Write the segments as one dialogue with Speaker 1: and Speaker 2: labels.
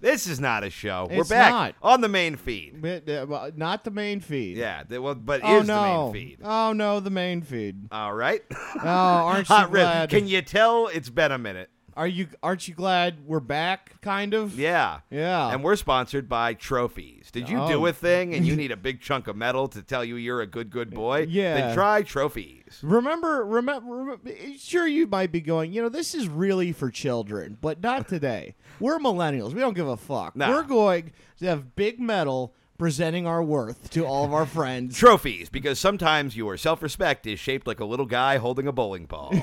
Speaker 1: This is not a show. We're
Speaker 2: It's
Speaker 1: back
Speaker 2: not.
Speaker 1: on the main feed.
Speaker 2: But, uh, well, Not the main feed.
Speaker 1: Yeah, th- well, but
Speaker 2: Oh
Speaker 1: is
Speaker 2: no.
Speaker 1: the main feed.
Speaker 2: Oh no, the main feed.
Speaker 1: All right.
Speaker 2: Oh, aren't you
Speaker 1: Hot rip.
Speaker 2: glad?
Speaker 1: Can you tell it's been a minute?
Speaker 2: Are you aren't you glad we're back? Kind of.
Speaker 1: Yeah.
Speaker 2: Yeah.
Speaker 1: And we're sponsored by trophies. Did you do
Speaker 2: Oh.
Speaker 1: a thing and you need a big chunk of metal to tell you you're a good, good boy?
Speaker 2: Yeah.
Speaker 1: Then try trophies.
Speaker 2: Remember, remember, Sure, you might be going. You know, this is really for children, but not today. we're millennials. We don't give a fuck.
Speaker 1: Nah.
Speaker 2: We're going to have big metal presenting our worth to all of our friends.
Speaker 1: Trophies, because sometimes your self respect is shaped like a little guy holding a bowling ball. Use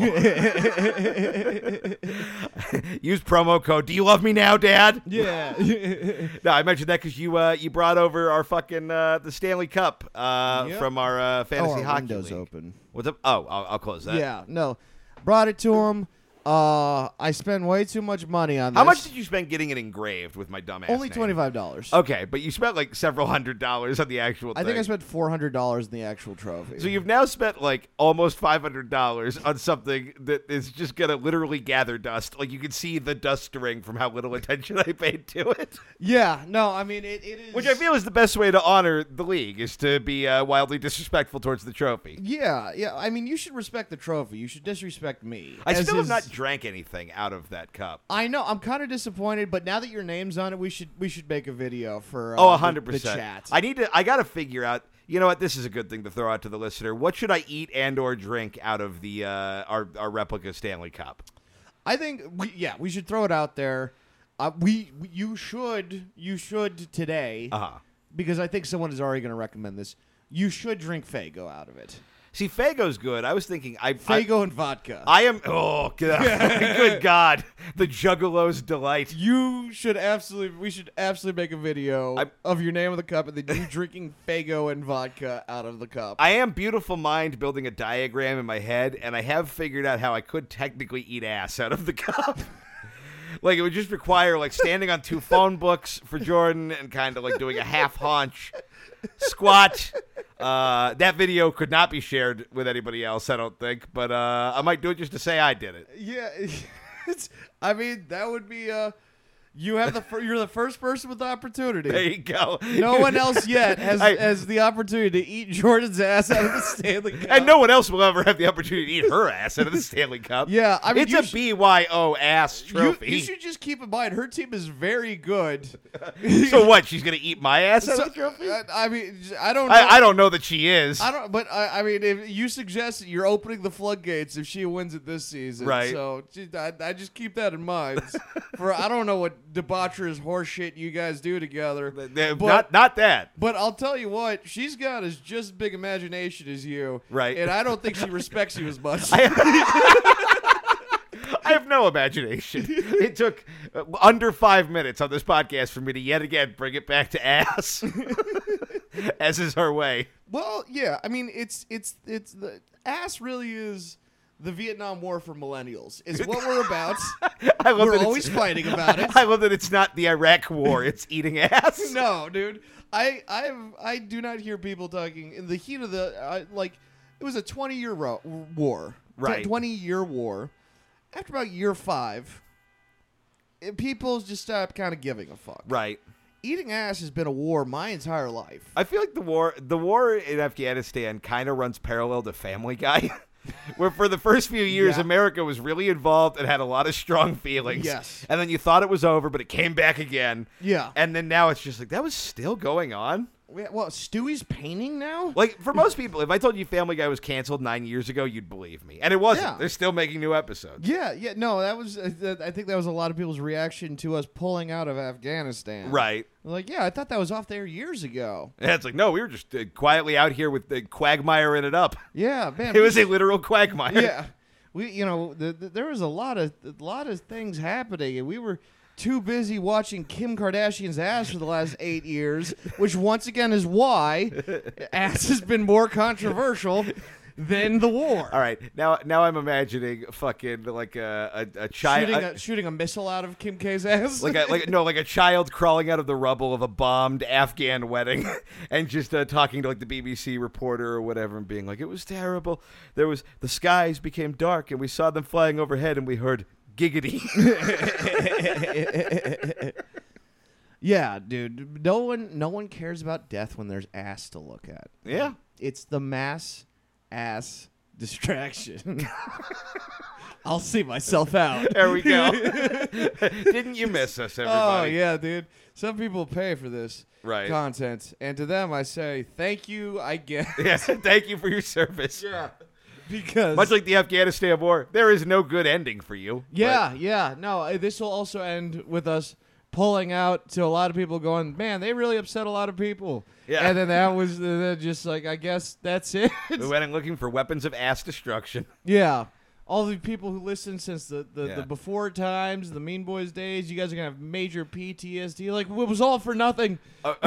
Speaker 1: promo code Do You Love Me Now, Dad?
Speaker 2: yeah.
Speaker 1: No, I mentioned that because you uh, you brought over our fucking uh, the Stanley Cup uh,
Speaker 2: Yep.
Speaker 1: from our uh, fantasy
Speaker 2: oh, our
Speaker 1: hockey
Speaker 2: windows
Speaker 1: league.
Speaker 2: open.
Speaker 1: What's up? Oh, I'll, I'll close that.
Speaker 2: Yeah. No, brought it to him. Uh, I spent way too much money on this.
Speaker 1: How much did you spend getting it engraved with my dumbass?
Speaker 2: Only
Speaker 1: name?
Speaker 2: twenty five dollars.
Speaker 1: Okay, but you spent like several hundred dollars on the actual.
Speaker 2: I think
Speaker 1: thing.
Speaker 2: I spent four hundred dollars in the actual trophy.
Speaker 1: So you've now spent like almost five hundred dollars on something that is just gonna literally gather dust. Like you can see the dust stirring from how little attention I paid to it.
Speaker 2: yeah. No, I mean it, it is.
Speaker 1: Which I feel is the best way to honor the league is to be uh, wildly disrespectful towards the trophy.
Speaker 2: Yeah, yeah. I mean, you should respect the trophy. You should disrespect me.
Speaker 1: I
Speaker 2: As
Speaker 1: still have
Speaker 2: is-
Speaker 1: not drank anything out of that cup.
Speaker 2: I know. I'm kind of disappointed, but now that your name's on it, we should we should make a video for uh,
Speaker 1: Oh, hundred
Speaker 2: the, the
Speaker 1: percent.
Speaker 2: chat.
Speaker 1: I need to. I got to figure out. You know what? This is a good thing to throw out to the listener. What should I eat and or drink out of the uh, our our replica Stanley Cup?
Speaker 2: I think we, yeah, we should throw it out there. Uh, we we- you should you should today
Speaker 1: Uh huh.
Speaker 2: because I think someone is already going to recommend this. You should drink Fago out of it.
Speaker 1: See, Fago's good. I was thinking, I I-
Speaker 2: Fago and vodka.
Speaker 1: I am. Oh, God. good God! The Juggalo's delight.
Speaker 2: you should absolutely we should absolutely make a video
Speaker 1: I-
Speaker 2: of your name of the cup and then you drinking Fago and vodka out of the cup.
Speaker 1: I am beautiful mind building a diagram in my head, and I have figured out how I could technically eat ass out of the cup. like it would just require like standing on two phone books for Jordan and kind of like doing a half haunch squat. Uh, that video could not be shared with anybody else, I don't think, but uh, I might do it just to say I did it.
Speaker 2: Yeah, it's, I mean that would be uh, you have the fir- you're the first person with the
Speaker 1: There
Speaker 2: opportunity.
Speaker 1: you go.
Speaker 2: No one else yet has
Speaker 1: I-
Speaker 2: has the opportunity to eat Jordan's ass out of the Stanley Cup.
Speaker 1: And no one else will ever have the opportunity to eat her ass out of the Stanley Cup.
Speaker 2: Yeah, I mean,
Speaker 1: it's
Speaker 2: you
Speaker 1: a
Speaker 2: sh-
Speaker 1: BYO ass
Speaker 2: you,
Speaker 1: trophy.
Speaker 2: you should just keep in mind her team is very good.
Speaker 1: so what? She's gonna eat my ass out
Speaker 2: So-
Speaker 1: of the trophy?
Speaker 2: I, I mean, j- I don't. Know.
Speaker 1: I, I don't know that she is.
Speaker 2: I don't, but I, I mean, if you suggest that you're opening the floodgates if she wins it this season,
Speaker 1: Right.
Speaker 2: So just- I, I just keep that in mind. For I don't know what debaucherous horseshit you guys do together.
Speaker 1: Th-
Speaker 2: but-
Speaker 1: not not that.
Speaker 2: But I'll tell you what, she's got as just big imagination as you.
Speaker 1: Right.
Speaker 2: And I don't think she respects you as much.
Speaker 1: I have no imagination. it took uh, under five minutes on this podcast for me to yet again bring it back to ass, as is her way.
Speaker 2: well, yeah, I mean it's it's it's the ass really is the Vietnam War for millennials. Is what we're about.
Speaker 1: I love
Speaker 2: we're
Speaker 1: that
Speaker 2: always
Speaker 1: it's,
Speaker 2: fighting about it.
Speaker 1: I love that it's not the Iraq War; it's eating ass.
Speaker 2: no, dude. I I I do not hear people talking in the heat of the I, like it was a 20 year ro- war.
Speaker 1: Right.
Speaker 2: 20 year war. After about year 5, eh, people just stop kind of giving a fuck.
Speaker 1: Right.
Speaker 2: eating ass has been a war my entire life.
Speaker 1: I feel like the war the war in Afghanistan kind of runs parallel to Family Guy. Where for the first few years
Speaker 2: Yeah.
Speaker 1: America was really involved and had a lot of strong feelings.
Speaker 2: Yes.
Speaker 1: And then you thought it was over, but it came back again.
Speaker 2: Yeah.
Speaker 1: And then now it's just like that was still going on.
Speaker 2: Wait, Well, Stewie's painting now.
Speaker 1: Like for most people, if I told you Family Guy was canceled nine years ago, you'd believe me. And it wasn't.
Speaker 2: Yeah.
Speaker 1: They're still making new episodes.
Speaker 2: Yeah, yeah. No, that was. Uh, that- I think that was a lot of people's reaction to us pulling out of Afghanistan.
Speaker 1: Right.
Speaker 2: Like, yeah, I thought that was off there years ago.
Speaker 1: And it's like, no, we were just uh, quietly out here with the quagmire in it up.
Speaker 2: Yeah, man.
Speaker 1: It
Speaker 2: we
Speaker 1: was a
Speaker 2: should-
Speaker 1: literal quagmire.
Speaker 2: Yeah, we. You know, the, the, there was a lot of a lot of things happening, and we were. Too busy watching Kim Kardashian's ass for the last eight years, which once again is why ass has been more controversial than the war.
Speaker 1: All right, now now I'm imagining fucking like a a, a child,
Speaker 2: shooting, a, shooting a missile out of Kim K's ass.
Speaker 1: like a like no like a child crawling out of the rubble of a bombed Afghan wedding, and just uh, talking to like the BBC reporter or whatever, and being like, "It was terrible. There was the skies became dark, and we saw them flying overhead, and we heard giggity."
Speaker 2: Yeah, dude. No one no one cares about death when there's ass to look at.
Speaker 1: Yeah.
Speaker 2: It's the mass ass distraction. I'll see myself out.
Speaker 1: There we go. Didn't you miss us,
Speaker 2: Oh
Speaker 1: everybody?
Speaker 2: yeah, dude. Some people pay for this
Speaker 1: Right.
Speaker 2: content, and to them I say thank you. I guess
Speaker 1: yeah. Thank you for your service.
Speaker 2: because
Speaker 1: Much like the Afghanistan war, there is no good ending for you. but-
Speaker 2: yeah, yeah. No, uh, this will also end with us pulling out to a lot of people going, man, they really upset a lot of people.
Speaker 1: Yeah.
Speaker 2: and then that was uh, then just like I guess that's it.
Speaker 1: we went in looking for weapons of ass destruction.
Speaker 2: yeah. All the people who listened since the, the,
Speaker 1: Yeah.
Speaker 2: the before times, the Mean Boys days, you guys are gonna have major PTSD. Like it was all for nothing.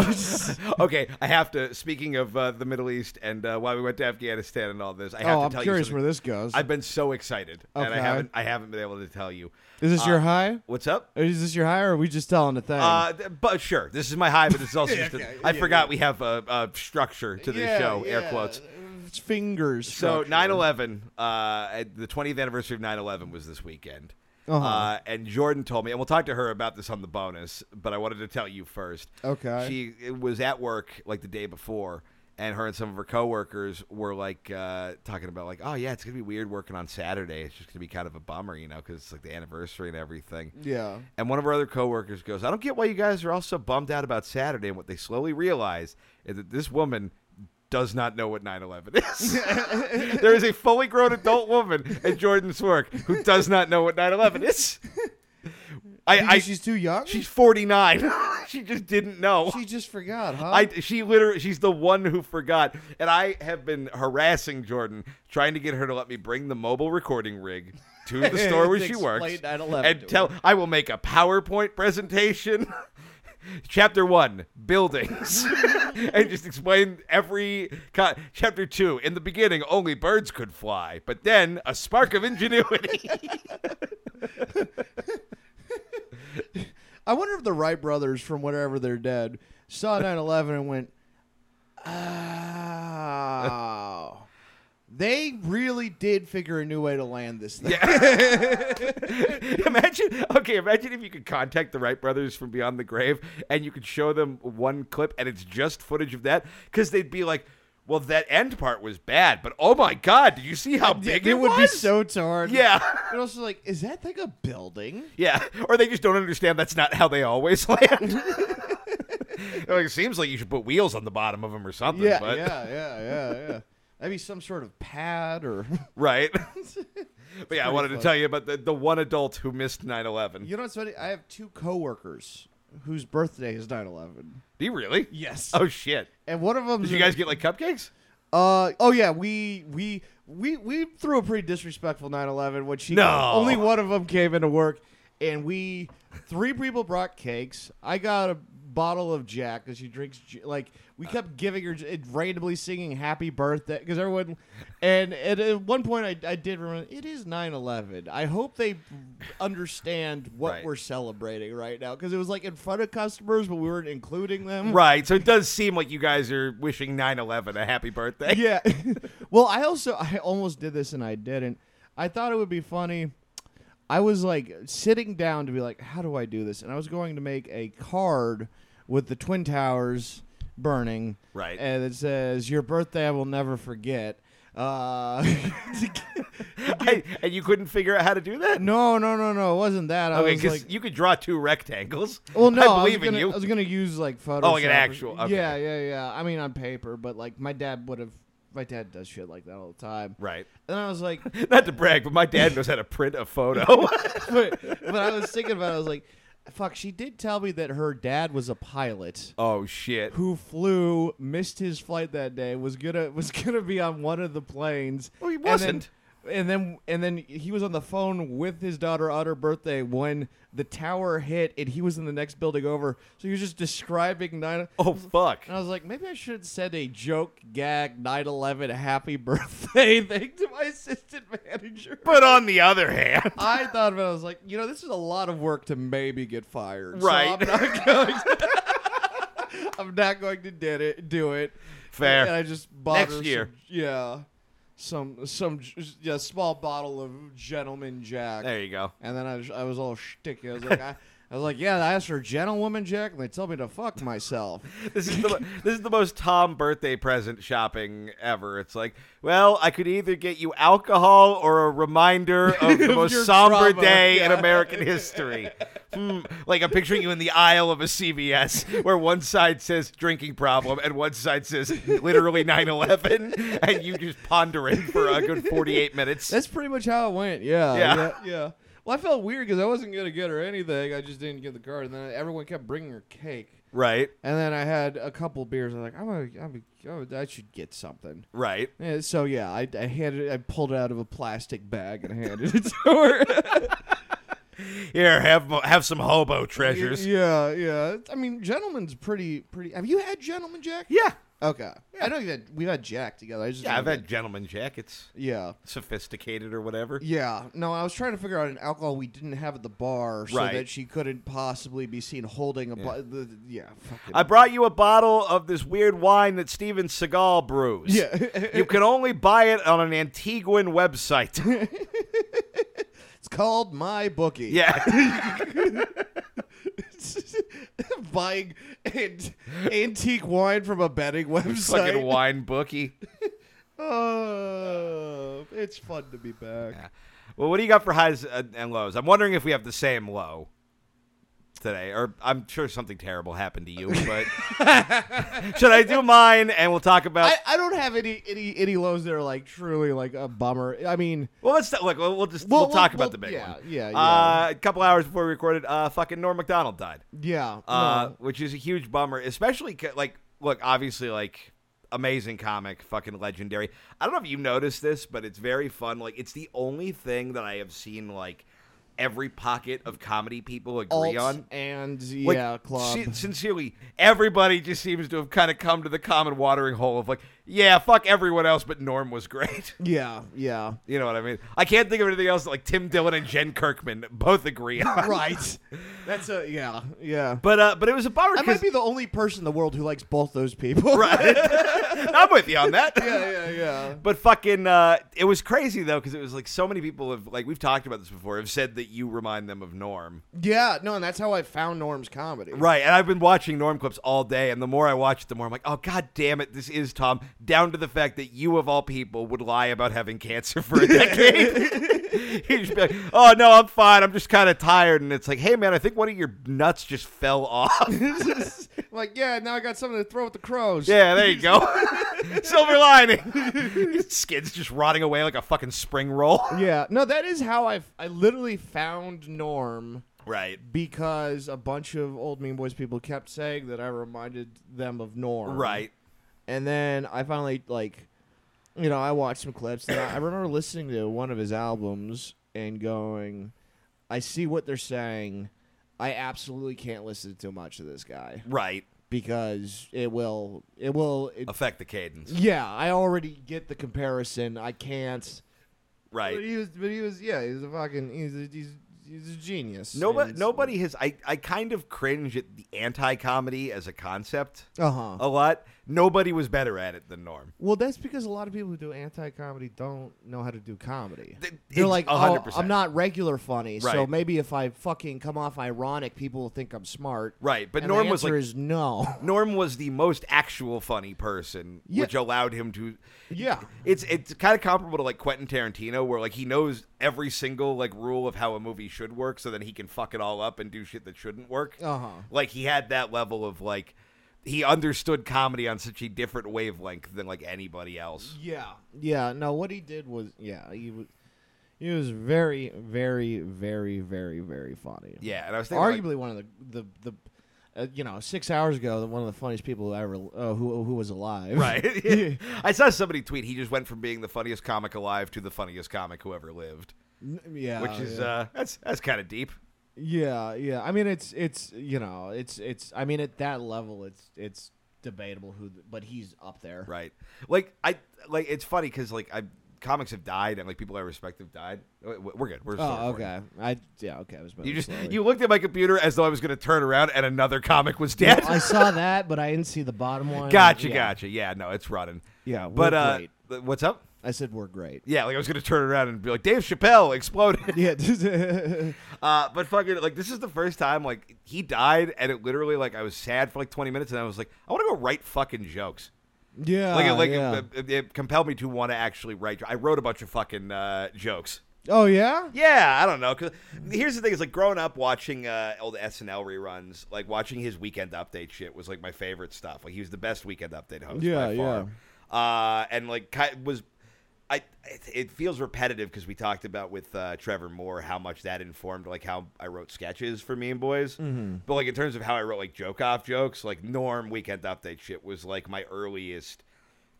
Speaker 1: okay, I have to. Speaking of uh, the Middle East and uh, why we went to Afghanistan and all this, I have
Speaker 2: oh,
Speaker 1: to
Speaker 2: I'm
Speaker 1: tell
Speaker 2: curious
Speaker 1: you
Speaker 2: where
Speaker 1: something.
Speaker 2: this goes.
Speaker 1: I've been so excited, and I
Speaker 2: Okay.
Speaker 1: haven't. I haven't been able to tell you.
Speaker 2: is this your high?
Speaker 1: What's up?
Speaker 2: Is this your high, or are we just telling a thing?
Speaker 1: Uh, th- but sure, this is my high, but this is also
Speaker 2: Yeah,
Speaker 1: just. a-
Speaker 2: okay,
Speaker 1: I
Speaker 2: yeah,
Speaker 1: forgot we have a, a structure to this show. Air quotes.
Speaker 2: It's fingers.
Speaker 1: So
Speaker 2: structure.
Speaker 1: 9/11, uh, at the 20th anniversary of 9/11 was this weekend.
Speaker 2: Uh-huh.
Speaker 1: Uh, and Jordan told me, and we'll talk to her about this on the bonus, but I wanted to tell you first.
Speaker 2: Okay.
Speaker 1: She was at work like the day before, and her and some of her coworkers were like uh, talking about like, oh yeah, it's gonna be weird working on Saturday. It's just gonna be kind of a bummer, you know, because it's like the anniversary and everything.
Speaker 2: Yeah.
Speaker 1: And one of our other coworkers goes, I don't get why you guys are all so bummed out about Saturday. And what they slowly realize is that this woman does not know what 9 11 is. there is a fully grown adult woman at Jordan's work who does not know what 9 11 is. I,
Speaker 2: Because
Speaker 1: I,
Speaker 2: she's too young.
Speaker 1: she's 49. she just didn't know.
Speaker 2: she just forgot, huh?
Speaker 1: I she literally she's the one who forgot, and I have been harassing Jordan, trying to get her to let me bring the mobile recording rig to the store where
Speaker 2: To
Speaker 1: she
Speaker 2: explain
Speaker 1: works
Speaker 2: 9/11 to
Speaker 1: and tell I will make a PowerPoint presentation. Chapter one, buildings, and just explain every. Co- Chapter two, in the beginning, only birds could fly, but then a spark of ingenuity.
Speaker 2: I wonder if the Wright brothers from whatever they're dead saw 9/11 and went, "Oh, they really did figure a new way to land this thing."
Speaker 1: imagine okay imagine if you could contact the wright brothers from beyond the grave and you could show them one clip and it's just footage of that because they'd be like well that end part was bad but oh my god did you see how big
Speaker 2: it, would be
Speaker 1: was?"
Speaker 2: so torn.
Speaker 1: yeah
Speaker 2: And also, like, is that like a building?
Speaker 1: yeah or they just don't understand that's not how they always land They're like, it seems like you should put wheels on the bottom of them or something
Speaker 2: Yeah,
Speaker 1: but
Speaker 2: yeah, yeah, yeah, yeah. Maybe some sort of pad or.
Speaker 1: right but yeah i wanted
Speaker 2: funny.
Speaker 1: to tell you about the, the one adult who missed 9-11
Speaker 2: You know what's funny? I have two coworkers whose birthday is 9/11.
Speaker 1: do you really
Speaker 2: Yes.
Speaker 1: oh shit
Speaker 2: And one of them.
Speaker 1: did you guys get like cupcakes
Speaker 2: Uh oh yeah, we we we we threw a pretty disrespectful 9/11 when she
Speaker 1: No.
Speaker 2: only one of them came into work and we three people brought cakes. I got a bottle of Jack because she drinks J- like we kept giving her j- randomly singing happy birthday because everyone and, and at one point I, I did remember it is 9-11 i hope they understand what
Speaker 1: Right.
Speaker 2: we're celebrating right now because it was like in front of customers but we weren't including them
Speaker 1: Right. So it does seem like you guys are wishing 9/11 a happy birthday.
Speaker 2: yeah. well, I also I almost did this and I didn't. I thought it would be funny. I was like sitting down to be like, how do I do this? And I was going to make a card with the twin towers burning,
Speaker 1: Right.
Speaker 2: and it says, "Your birthday I will never forget." Uh,
Speaker 1: I- and you couldn't figure out how to do that?
Speaker 2: no, no, no, no. It wasn't that. I
Speaker 1: Okay,
Speaker 2: was
Speaker 1: because
Speaker 2: like,
Speaker 1: you could draw two rectangles.
Speaker 2: Well, no,
Speaker 1: I
Speaker 2: I
Speaker 1: believe
Speaker 2: was gonna,
Speaker 1: in you. Oh,
Speaker 2: I was gonna use like Photoshop.
Speaker 1: like an
Speaker 2: or-
Speaker 1: actual- okay.
Speaker 2: Yeah, yeah, yeah. I mean, on paper, but like my dad would have. My dad does shit like that all the time.
Speaker 1: Right.
Speaker 2: And I was like,
Speaker 1: Not to brag, but my dad knows how to print a photo.
Speaker 2: but, but I was thinking about. it. I was like, fuck. She did tell me that her dad was a pilot
Speaker 1: oh shit.
Speaker 2: who flew, missed his flight that day, was gonna was gonna be on one of the planes.
Speaker 1: Well, he
Speaker 2: and
Speaker 1: wasn't.
Speaker 2: then- And then, and then he was on the phone with his daughter on her birthday when the tower hit, and he was in the next building over. So he was just describing nine.
Speaker 1: Oh fuck.
Speaker 2: And I was like, maybe I should send a joke gag 9/11 happy birthday thing to my assistant manager.
Speaker 1: But on the other hand,
Speaker 2: I thought of it. I was like, you know, this is a lot of work to maybe get fired. so
Speaker 1: Right.
Speaker 2: I'm not going. I'm not going to did it, do it.
Speaker 1: Fair.
Speaker 2: And I just bought
Speaker 1: Next
Speaker 2: her some-
Speaker 1: year.
Speaker 2: yeah, some some j- yeah small bottle of Gentleman Jack.
Speaker 1: there you go.
Speaker 2: And then I, was- I was all shticky. I was like, I, I was like, yeah, I asked for a gentlewoman Jack, and they told me to fuck myself.
Speaker 1: This is the mo- this is the most Tom birthday present shopping ever. It's like, well, I could either get you alcohol or a reminder of the
Speaker 2: Of
Speaker 1: most
Speaker 2: your
Speaker 1: somber
Speaker 2: trauma,
Speaker 1: day in
Speaker 2: yeah.
Speaker 1: American history. Hmm. Like I'm picturing you in the aisle of a CVS where one side says drinking problem and one side says literally 9/11, and you just pondering for a good 48 minutes.
Speaker 2: That's pretty much how it went. Yeah.
Speaker 1: Yeah.
Speaker 2: Yeah. yeah. Well, I felt weird because I wasn't gonna get her anything. I just didn't get the card, and then everyone kept bringing her cake.
Speaker 1: right,
Speaker 2: And then I had a couple beers. I was like, I'm gonna, I'm gonna, I should get something.
Speaker 1: right.
Speaker 2: Yeah, so yeah, I, I handed, I pulled it out of a plastic bag and handed it to her.
Speaker 1: Here, have mo- have some hobo treasures.
Speaker 2: yeah, yeah. I mean, gentleman's pretty, pretty. Have you had gentleman Jack?
Speaker 1: Yeah,
Speaker 2: Okay. I know you had, we've had Jack together. I just
Speaker 1: yeah. I've
Speaker 2: don't
Speaker 1: had gentleman jackets,
Speaker 2: get- Yeah.
Speaker 1: sophisticated or whatever.
Speaker 2: Yeah, no, I was trying to figure out an alcohol we didn't have at the bar, so
Speaker 1: Right.
Speaker 2: that she couldn't possibly be seen holding a. Yeah, the, yeah fucking.
Speaker 1: I brought you a bottle of this weird wine that Steven Seagal brews.
Speaker 2: yeah,
Speaker 1: you can only buy it on an Antiguan website.
Speaker 2: it's called my bookie.
Speaker 1: Yeah.
Speaker 2: buying ant- antique wine from a betting website.
Speaker 1: Fucking wine bookie.
Speaker 2: Oh, it's fun to be back.
Speaker 1: Yeah. Well, what do you got for highs uh, and lows? I'm wondering if we have the same low today, or I'm sure something terrible happened to you, but should I do mine and we'll talk about.
Speaker 2: I, I don't have any any any lows that are like truly like a bummer. I mean,
Speaker 1: well, let's look. We'll, we'll just we'll,
Speaker 2: Well,
Speaker 1: talk
Speaker 2: well,
Speaker 1: about the big
Speaker 2: yeah,
Speaker 1: one.
Speaker 2: yeah, yeah.
Speaker 1: Uh, a couple hours before we recorded, uh, fucking Norm Macdonald died.
Speaker 2: yeah,
Speaker 1: uh,
Speaker 2: no.
Speaker 1: which is a huge bummer, especially 'ca- like look, obviously like amazing comic, fucking legendary. I don't know if you noticed this, but it's very fun. Like it's the only thing that I have seen like every pocket of comedy people agree
Speaker 2: Alt
Speaker 1: on.
Speaker 2: and
Speaker 1: Like,
Speaker 2: yeah, club.
Speaker 1: sin- sincerely, everybody just seems to have kind of come to the common watering hole of like, yeah, fuck everyone else, but Norm was great.
Speaker 2: yeah, yeah.
Speaker 1: you know what I mean? I can't think of anything else that, like Tim Dillon and Jen Kirkman both agree on.
Speaker 2: right. That's a yeah, yeah.
Speaker 1: But uh, but it was a bummer
Speaker 2: I
Speaker 1: 'cause-
Speaker 2: might be the only person in the world who likes both those people.
Speaker 1: Right. I'm with you on that.
Speaker 2: yeah, yeah, yeah.
Speaker 1: But fucking, uh, it was crazy though because it was like so many people have like we've talked about this before have said that you remind them of Norm,
Speaker 2: Yeah, no, and that's how I found Norm's comedy.
Speaker 1: right? And I've been watching Norm clips all day, and the more I watch it, the more I'm like, oh god damn it, this is Tom. Down to the fact that you of all people would lie about having cancer for a decade. You'd just be like, oh no, I'm fine. I'm just kind of tired, and it's like, hey man, I think one of your nuts just fell off.
Speaker 2: I'm like, yeah, now I got something to throw at the crows.
Speaker 1: Yeah, there you go. Silver lining. His skin's just rotting away like a fucking spring roll.
Speaker 2: Yeah. No, that is how I I literally found Norm
Speaker 1: Right.
Speaker 2: because a bunch of old Mean Boys people kept saying that I reminded them of Norm.
Speaker 1: Right.
Speaker 2: And then I finally like, you know, I watched some clips and I, I remember listening to one of his albums and going, I see what they're saying. I absolutely can't listen to much of this guy
Speaker 1: Right.
Speaker 2: because it will it will it,
Speaker 1: Affect the cadence.
Speaker 2: yeah, I already get the comparison. I can't. But
Speaker 1: Right.
Speaker 2: he was, but he was, yeah, he's a fucking, he's a, he's, he's a genius.
Speaker 1: Nobody nobody has I, I kind of cringe at the anti comedy as a concept
Speaker 2: Uh huh.
Speaker 1: a lot. Nobody was better at it than Norm.
Speaker 2: Well, that's because a lot of people who do anti-comedy don't know how to do comedy.
Speaker 1: Th-
Speaker 2: They're
Speaker 1: it's
Speaker 2: like,
Speaker 1: a hundred
Speaker 2: oh,
Speaker 1: percent.
Speaker 2: I'm not regular funny, so
Speaker 1: Right.
Speaker 2: maybe if I fucking come off ironic, people will think I'm smart.
Speaker 1: Right. But
Speaker 2: And
Speaker 1: Norm
Speaker 2: the
Speaker 1: was
Speaker 2: answer
Speaker 1: like
Speaker 2: is no.
Speaker 1: Norm was the most actual funny person,
Speaker 2: Yeah.
Speaker 1: which allowed him to
Speaker 2: yeah.
Speaker 1: It's it's kind of comparable to like Quentin Tarantino, where like he knows every single like rule of how a movie should work, so then he can fuck it all up and do shit that shouldn't work.
Speaker 2: Uh-huh.
Speaker 1: Like he had that level of like he understood comedy on such a different wavelength than like anybody else.
Speaker 2: Yeah. Yeah. No, what he did was, yeah, he was, he was very, very, very, very, very funny.
Speaker 1: Yeah, and I was thinking, like,
Speaker 2: arguably one of the the the uh, you know six hours ago one of the funniest people who ever uh, who who was alive.
Speaker 1: right? I saw somebody tweet he just went from being the funniest comic alive to the funniest comic who ever lived,
Speaker 2: N- yeah.
Speaker 1: which is
Speaker 2: Oh, yeah.
Speaker 1: uh that's that's kind of deep.
Speaker 2: yeah yeah. I mean it's it's you know it's it's I mean at that level it's it's debatable who th- but he's up there.
Speaker 1: Right. Like I like it's funny because like I comics have died and like people I respect have died. We're we're good. We're sorry
Speaker 2: Oh
Speaker 1: for it.
Speaker 2: okay. I yeah okay. I was
Speaker 1: You just
Speaker 2: slowly.
Speaker 1: you looked at my computer as though I was going to turn around and another comic was dead.
Speaker 2: I saw that, but I didn't see the bottom one.
Speaker 1: gotcha,
Speaker 2: Yeah.
Speaker 1: gotcha. Yeah, no, it's running.
Speaker 2: Yeah, we're
Speaker 1: but uh,
Speaker 2: great.
Speaker 1: th- what's up?
Speaker 2: I said we're great.
Speaker 1: Yeah, like I was gonna turn around and be like, Dave Chappelle exploded.
Speaker 2: Yeah.
Speaker 1: Uh, but fucking like this is the first time like he died, and it literally like I was sad for like twenty minutes, and I was like, I want to go write fucking jokes.
Speaker 2: yeah.
Speaker 1: Like uh, it, like
Speaker 2: Ah, yeah.
Speaker 1: it, it, it compelled me to want to actually write. I wrote a bunch of fucking uh, jokes.
Speaker 2: oh yeah.
Speaker 1: Yeah, I don't know. 'cause here's the thing: is like growing up watching uh, old SNL reruns, like watching his Weekend Update shit was like my favorite stuff. Like he was the best Weekend Update host.
Speaker 2: Yeah,
Speaker 1: by far. Uh, and like ki- was, I it, it feels repetitive because we talked about with uh, Trevor Moore how much that informed like how I wrote sketches for Me and Boys.
Speaker 2: Mm-hmm.
Speaker 1: But like in terms of how I wrote like joke off jokes, like Norm Weekend Update shit was like my earliest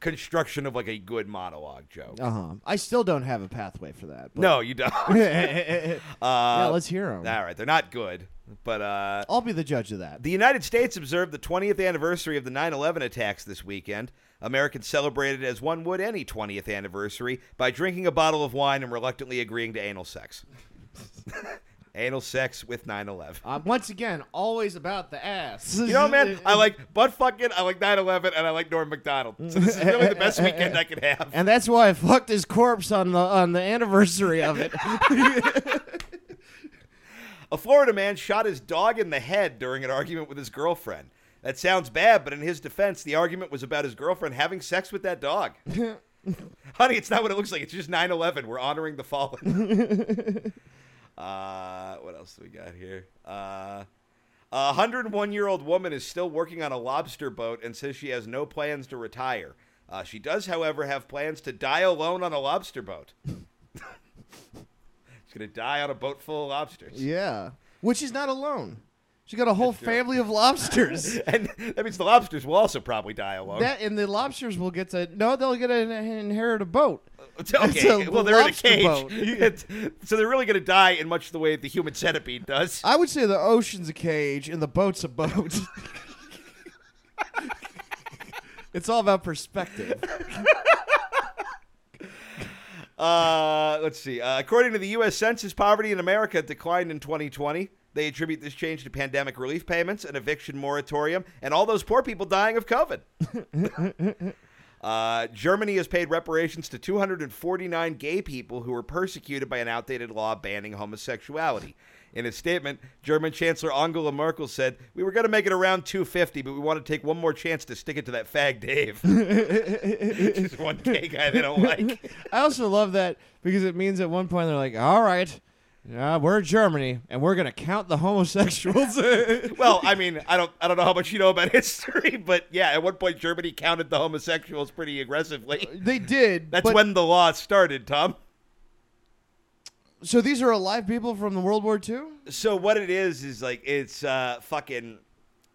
Speaker 1: construction of like a good monologue joke.
Speaker 2: Uh huh. I still don't have a pathway for that. but-
Speaker 1: No, you don't. uh,
Speaker 2: yeah, let's hear them.
Speaker 1: all right, they're not good, but uh,
Speaker 2: I'll be the judge of that.
Speaker 1: the United States observed the 20th anniversary of the 9/11 attacks this weekend. Americans celebrated as one would any 20th anniversary by drinking a bottle of wine and reluctantly agreeing to anal sex. anal sex with 9/11.
Speaker 2: Um, once again, always about the ass.
Speaker 1: You know, man, I like butt fucking, I like 9/11, and I like Norm Macdonald. So this is really the best weekend I could have.
Speaker 2: and that's why I fucked his corpse on the on the anniversary of it.
Speaker 1: A Florida man shot his dog in the head during an argument with his girlfriend. That sounds bad, but in his defense, the argument was about his girlfriend having sex with that dog. Honey, it's not what it looks like. It's just 9 11. We're honoring the fallen. uh, what else do we got here? Uh, a 101 year old woman is still working on a lobster boat and says she has no plans to retire. Uh, she does, however, have plans to die alone on a lobster boat. She's going to die on a boat full of lobsters.
Speaker 2: yeah, which is not alone. She got a whole family of lobsters.
Speaker 1: and that means the lobsters will also probably die alone.
Speaker 2: That and the lobsters will get to no, they'll get to inherit a boat. it's
Speaker 1: okay,
Speaker 2: a
Speaker 1: well they're in a
Speaker 2: lobster
Speaker 1: cage,
Speaker 2: boat.
Speaker 1: It's- so they're really going to die in much the way the human centipede does.
Speaker 2: I would say the ocean's a cage and the boat's a boat. it's all about perspective.
Speaker 1: Uh, let's see. Uh, according to the U.S. Census, poverty in America declined in 2020. They attribute this change to pandemic relief payments, an eviction moratorium, and all those poor people dying of COVID. Uh, Germany has paid reparations to 249 gay people who were persecuted by an outdated law banning homosexuality. In a statement, German Chancellor Angela Merkel said, "We were going to make it around 250, but we want to take one more chance to stick it to that fag Dave." Just one gay guy they don't like.
Speaker 2: I also love that because it means at one point they're like, all right, uh, we're Germany and we're going to count the homosexuals.
Speaker 1: Well, I mean, I don't, I don't know how much you know about history, but yeah, at one point Germany counted the homosexuals pretty aggressively.
Speaker 2: they did.
Speaker 1: That's
Speaker 2: but-
Speaker 1: when the law started, Tom.
Speaker 2: So these are alive people from the World War II?
Speaker 1: So what it is is like it's uh, fucking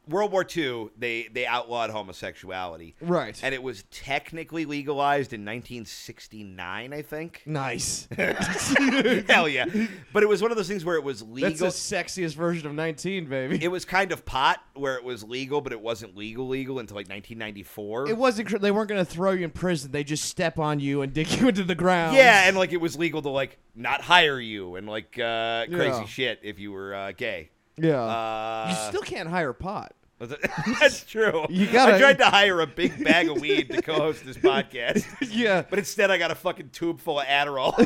Speaker 1: World War II. They they outlawed homosexuality,
Speaker 2: Right.
Speaker 1: and it was technically legalized in 1969, I think.
Speaker 2: nice.
Speaker 1: Hell yeah! But it was one of those things where it was
Speaker 2: That's
Speaker 1: legal.
Speaker 2: the sexiest version of 19, baby.
Speaker 1: it was kind of pot where it was legal, but it wasn't legal legal until like 1994.
Speaker 2: It wasn't. cr- They weren't going to throw you in prison. They just step on you and dig you into the ground.
Speaker 1: Yeah, and like it was legal to like not hire you and like uh, crazy
Speaker 2: Yeah.
Speaker 1: shit if you were uh, gay.
Speaker 2: yeah.
Speaker 1: Uh,
Speaker 2: you still can't hire pot.
Speaker 1: that's true.
Speaker 2: You gotta-
Speaker 1: I tried to hire a big bag of weed to co-host this podcast,
Speaker 2: Yeah,
Speaker 1: but instead I got a fucking tube full of Adderall.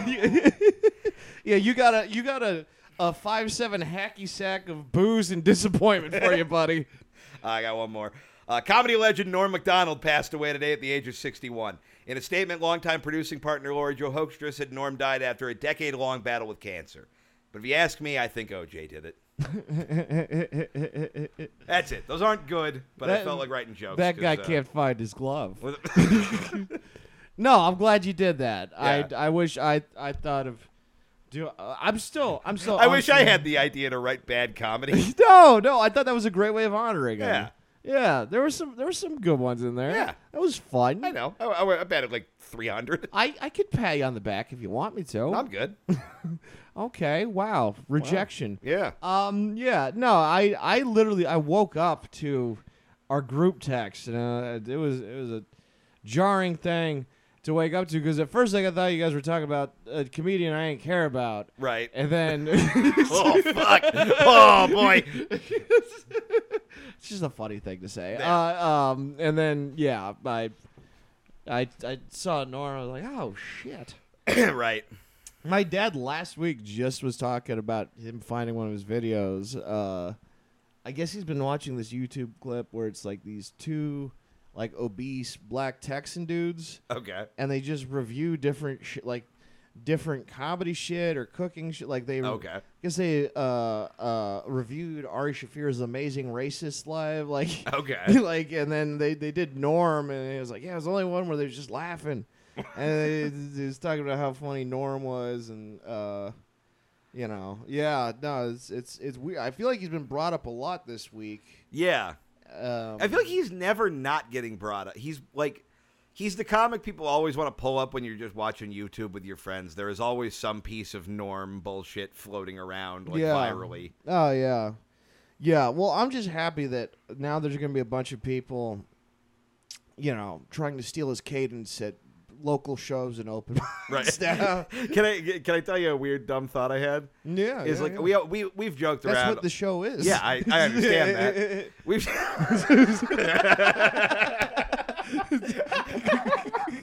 Speaker 2: yeah. You got a you got a a five seven hacky sack of booze and disappointment for you, buddy.
Speaker 1: I got one more. Uh, comedy legend Norm Macdonald passed away today at the age of 61. In a statement, longtime producing partner Laurie Joe Hoekstra said Norm died after a decade-long battle with cancer. But if you ask me, I think OJ did it. That's it. Those aren't good, but I
Speaker 2: That-
Speaker 1: felt like writing jokes.
Speaker 2: that
Speaker 1: 'cause,
Speaker 2: guy
Speaker 1: uh,
Speaker 2: can't find his glove. no, I'm glad you did that.
Speaker 1: Yeah.
Speaker 2: I I wish I I thought of. Do uh, I'm still I'm still.
Speaker 1: I wish I
Speaker 2: honestly-
Speaker 1: had the idea to write bad comedy.
Speaker 2: No, no. I thought that was a great way of honoring him.
Speaker 1: Yeah.
Speaker 2: Yeah, there were some there were some good ones in there.
Speaker 1: Yeah.
Speaker 2: that was fun.
Speaker 1: I know. I, I, I batted like 300.
Speaker 2: I, I could pat you on the back if you want me to.
Speaker 1: I'm good.
Speaker 2: okay. Wow. Rejection.
Speaker 1: Yeah.
Speaker 2: Um. Yeah. No. I. I literally. I woke up to our group text, and uh, it was it was a jarring thing to wake up to because at first like, I thought you guys were talking about a comedian I didn't care about,
Speaker 1: Right.
Speaker 2: and then it's
Speaker 1: oh, fuck. Oh, boy.
Speaker 2: just a funny thing to say.
Speaker 1: Yeah.
Speaker 2: Uh, um. And then yeah, I I I saw Nora. I was like, oh shit.
Speaker 1: right.
Speaker 2: My dad last week just was talking about him finding one of his videos. Uh, I guess he's been watching this YouTube clip where it's like these two, like obese black Texan dudes,
Speaker 1: Okay.
Speaker 2: and they just review different shit, like different comedy shit or cooking shit. Like they,
Speaker 1: Okay.
Speaker 2: I guess they uh, uh, reviewed Ari Shafir's Amazing Racist Live, like
Speaker 1: Okay.
Speaker 2: like and then they, they did norm and it was like yeah it was the only one where they was just laughing and they, they was talking about how funny norm was and uh you know yeah no it's it's it's weird i feel like he's been brought up a lot this week
Speaker 1: Yeah.
Speaker 2: um,
Speaker 1: I feel like he's never not getting brought up. He's like, he's the comic people always want to pull up when you're just watching YouTube with your friends. There is always some piece of norm bullshit floating around, like
Speaker 2: Yeah.
Speaker 1: virally.
Speaker 2: oh yeah yeah well i'm just happy that now there's gonna be a bunch of people you know trying to steal his cadence at local shows and open
Speaker 1: Right.
Speaker 2: stuff.
Speaker 1: can I can I tell you a weird dumb thought I had?
Speaker 2: yeah
Speaker 1: Is
Speaker 2: yeah,
Speaker 1: like
Speaker 2: yeah.
Speaker 1: we we we've joked
Speaker 2: that's
Speaker 1: around.
Speaker 2: what the show is
Speaker 1: yeah, I, I understand that. We've.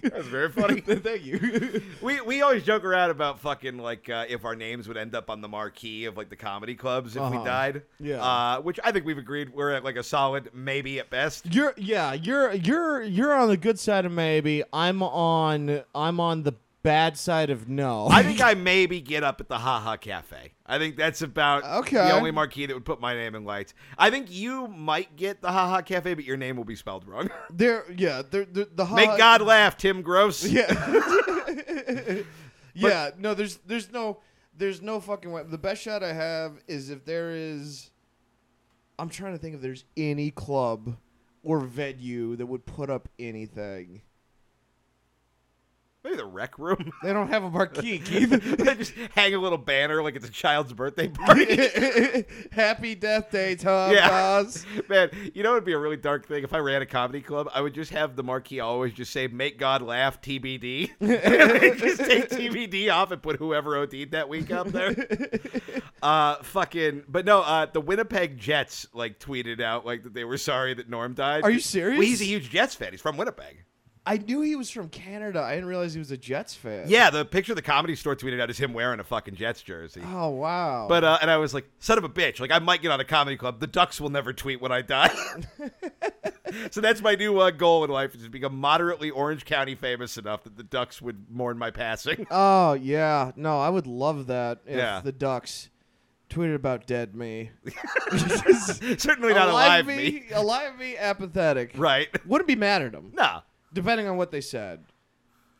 Speaker 1: that was very funny.
Speaker 2: Thank you.
Speaker 1: We we always joke around about fucking like uh, if our names would end up on the marquee of like the comedy clubs if we
Speaker 2: Uh-huh.
Speaker 1: died.
Speaker 2: Yeah.
Speaker 1: Uh, which I think we've agreed we're at like a solid maybe at best.
Speaker 2: You're yeah, you're you're you're on the good side of maybe. I'm on I'm on the bad side of no.
Speaker 1: I think I maybe get up at the Haha Cafe. I think that's about
Speaker 2: Okay.
Speaker 1: the only marquee that would put my name in lights. I think you might get the Haha Cafe, but your name will be spelled wrong.
Speaker 2: there yeah, there the, the
Speaker 1: Make
Speaker 2: ha-
Speaker 1: God laugh, Tim Gross.
Speaker 2: Uh, Yeah. yeah, no there's there's no there's no fucking way. The best shot I have is if there is I'm trying to think if there's any club or venue that would put up anything.
Speaker 1: Maybe the rec room.
Speaker 2: They don't have a marquee, Keith.
Speaker 1: Just hang a little banner like it's a child's birthday party.
Speaker 2: Happy death day, Tom
Speaker 1: Yeah.
Speaker 2: Dawes.
Speaker 1: Man, you know it'd be a really dark thing if I ran a comedy club. I would just have the marquee always just say "Make God laugh, TBD." just take TBD off and put whoever OD'd that week up there. Uh, fucking, but no. Uh, the Winnipeg Jets like tweeted out like that they were sorry that Norm died.
Speaker 2: Are you serious?
Speaker 1: Well, he's a huge Jets fan. He's from Winnipeg.
Speaker 2: I knew he was from Canada. I didn't realize he was a Jets fan.
Speaker 1: Yeah, the picture the comedy store tweeted out is him wearing a fucking Jets jersey.
Speaker 2: Oh wow.
Speaker 1: But uh, and I was like, son of a bitch! Like I might get on a comedy club. The Ducks will never tweet when I die. so that's my new uh, goal in life: is to become moderately Orange County famous enough that the Ducks would mourn my passing.
Speaker 2: oh yeah. No, I would love that if
Speaker 1: Yeah.
Speaker 2: the Ducks tweeted about dead me.
Speaker 1: Certainly not alive, me.
Speaker 2: Alive me apathetic.
Speaker 1: right?
Speaker 2: Wouldn't be mad at him,
Speaker 1: No.
Speaker 2: depending on what they said.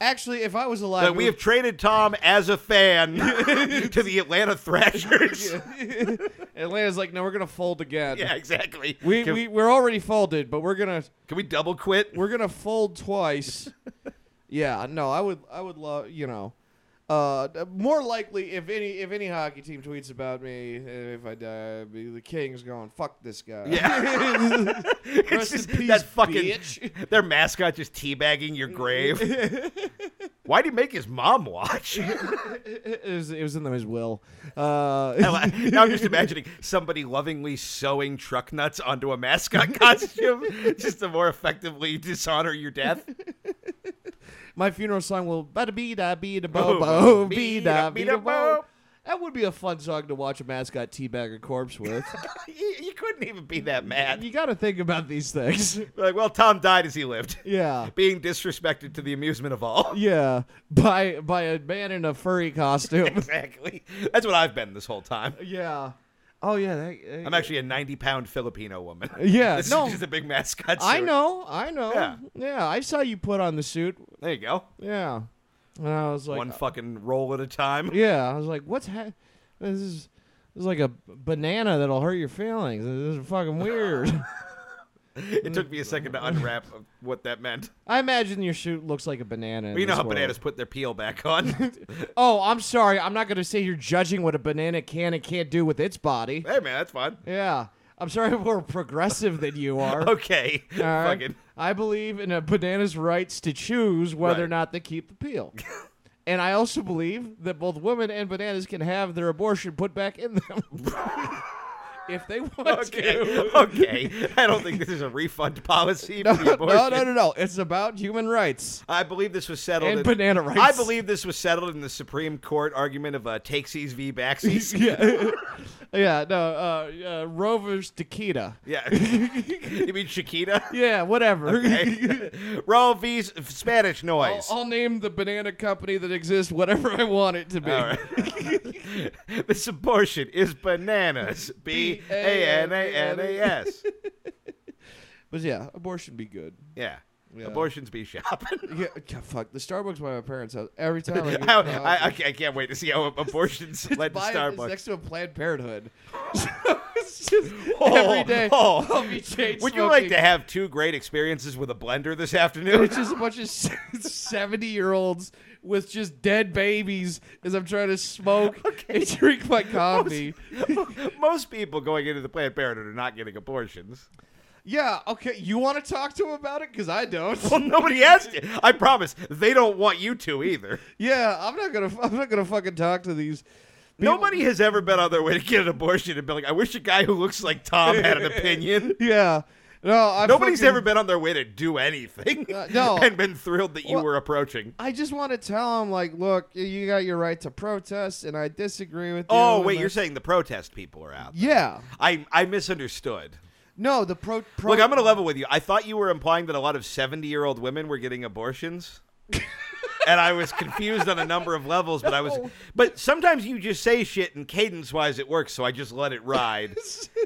Speaker 2: Actually, if I was alive,
Speaker 1: But we have traded Tom as a fan to the Atlanta Thrashers. Yeah,
Speaker 2: Atlanta's like, no, we're gonna fold again.
Speaker 1: exactly.
Speaker 2: We,
Speaker 1: can,
Speaker 2: we we're already folded, but we're gonna
Speaker 1: can we double quit?
Speaker 2: we're gonna fold twice. yeah, no, I would, I would love, you know, uh, more likely if any if any hockey team tweets about me eh, if I die, I'd be the Kings going fuck this guy.
Speaker 1: Yeah.
Speaker 2: Rest in peace,
Speaker 1: that fucking
Speaker 2: bitch.
Speaker 1: their mascot just teabagging your grave. Why'd he make his mom watch?
Speaker 2: it, was, it was in his will. Uh,
Speaker 1: I li- now I'm just imagining somebody lovingly sewing truck nuts onto a mascot costume just to more effectively dishonor your death.
Speaker 2: my funeral song will bada bee da bee da bo
Speaker 1: Bo-
Speaker 2: bo bee
Speaker 1: bee
Speaker 2: da
Speaker 1: da
Speaker 2: bee
Speaker 1: bee
Speaker 2: da
Speaker 1: da
Speaker 2: bo.
Speaker 1: bo.
Speaker 2: That would be a fun song to watch a mascot teabag a corpse with.
Speaker 1: you, you couldn't even be that mad.
Speaker 2: you got to think about these things.
Speaker 1: Like, well, Tom died as he lived,
Speaker 2: Yeah.
Speaker 1: being disrespected to the amusement of all.
Speaker 2: Yeah, by by a man in a furry costume.
Speaker 1: exactly. That's what I've been this whole time.
Speaker 2: yeah. Oh yeah. That,
Speaker 1: I'm actually a 90 pound Filipino woman.
Speaker 2: Yeah,
Speaker 1: This
Speaker 2: no.
Speaker 1: is just a big mascot.
Speaker 2: I
Speaker 1: suit.
Speaker 2: know. I know. Yeah.
Speaker 1: Yeah.
Speaker 2: I saw you put on the suit.
Speaker 1: There you go.
Speaker 2: Yeah. And I was like, uh,
Speaker 1: One fucking roll at a time.
Speaker 2: yeah. I was like, what's ha- this is. This is like a banana that'll hurt your feelings. This is fucking weird.
Speaker 1: It took me a second to unwrap what that meant.
Speaker 2: I imagine your suit looks like a banana. in
Speaker 1: Well, you know
Speaker 2: this
Speaker 1: how
Speaker 2: world.
Speaker 1: bananas put their peel back on.
Speaker 2: Oh, I'm sorry. I'm not going to say you're judging what a banana can and can't do with its body.
Speaker 1: hey, man, that's fine.
Speaker 2: Yeah. I'm sorry I'm more progressive than you are.
Speaker 1: Okay.
Speaker 2: All right?
Speaker 1: Fucking.
Speaker 2: I believe in a banana's rights to choose whether or
Speaker 1: Right.
Speaker 2: not they keep the peel. and I also believe that both women and bananas can have their abortion put back in them.
Speaker 3: if they want
Speaker 1: Okay.
Speaker 3: to.
Speaker 1: okay. I don't think this is a refund policy.
Speaker 2: No,
Speaker 1: for the
Speaker 2: no, no,
Speaker 1: abortion.
Speaker 2: no, no. It's about human rights.
Speaker 1: I believe this was settled
Speaker 3: And
Speaker 1: in,
Speaker 3: banana rights.
Speaker 1: I believe this was settled in the Supreme Court argument of uh, takesies v backsies.
Speaker 3: yeah.
Speaker 2: Yeah, no. Uh, uh, Rover's Takeda.
Speaker 1: yeah, you mean Chiquita?
Speaker 2: Yeah, whatever.
Speaker 1: Okay. Roll V's Spanish
Speaker 3: I'll,
Speaker 1: noise.
Speaker 3: I'll name the banana company that exists whatever I want it to be.
Speaker 1: All right. this abortion is bananas. B A N A N A S.
Speaker 2: But yeah, abortion be good.
Speaker 1: Yeah.
Speaker 2: Yeah.
Speaker 1: Abortions be shopping.
Speaker 2: Yeah, God, fuck the Starbucks by my parents' house. Every time I,
Speaker 1: I,
Speaker 2: get
Speaker 1: I, I, I can't wait to see how abortions led to
Speaker 2: buy it, it's
Speaker 1: Starbucks.
Speaker 2: next to a Planned Parenthood. So it's just
Speaker 1: Oh,
Speaker 2: every day.
Speaker 1: oh.
Speaker 2: I'll be chain
Speaker 1: Would you like
Speaker 2: smoking.
Speaker 1: to have two great experiences with a blender this afternoon?
Speaker 2: It's just a bunch of seventy-year-olds with just dead babies as I'm trying to smoke and drink my coffee.
Speaker 1: Most people going into the Planned Parenthood are not getting abortions.
Speaker 2: Yeah, okay. You want to talk to him about it? Because I don't.
Speaker 1: Well, nobody asked you. I promise they don't want you to either.
Speaker 2: yeah, I'm not gonna. I'm not gonna fucking talk to these. people.
Speaker 1: Nobody has ever been on their way to get an abortion and been like, "I wish a guy who looks like Tom had an opinion."
Speaker 2: Yeah. No, I
Speaker 1: Nobody's
Speaker 2: fucking-
Speaker 1: ever been on their way to do anything
Speaker 2: Uh, no.
Speaker 1: and been thrilled that you
Speaker 2: Well-
Speaker 1: were approaching.
Speaker 2: I just want to tell him, like, look, you got your right to protest, and I disagree with you.
Speaker 1: Oh
Speaker 2: and
Speaker 1: wait,
Speaker 2: I-
Speaker 1: you're saying the protest people are out.
Speaker 2: Yeah.
Speaker 1: I I misunderstood.
Speaker 2: No, the pro. pro
Speaker 1: Look, I'm going to level with you. I thought you were implying that a lot of 70 year old women were getting abortions. and I was confused on a number of levels, but I was.
Speaker 2: No.
Speaker 1: But sometimes you just say shit and cadence wise it works, so I just let it ride.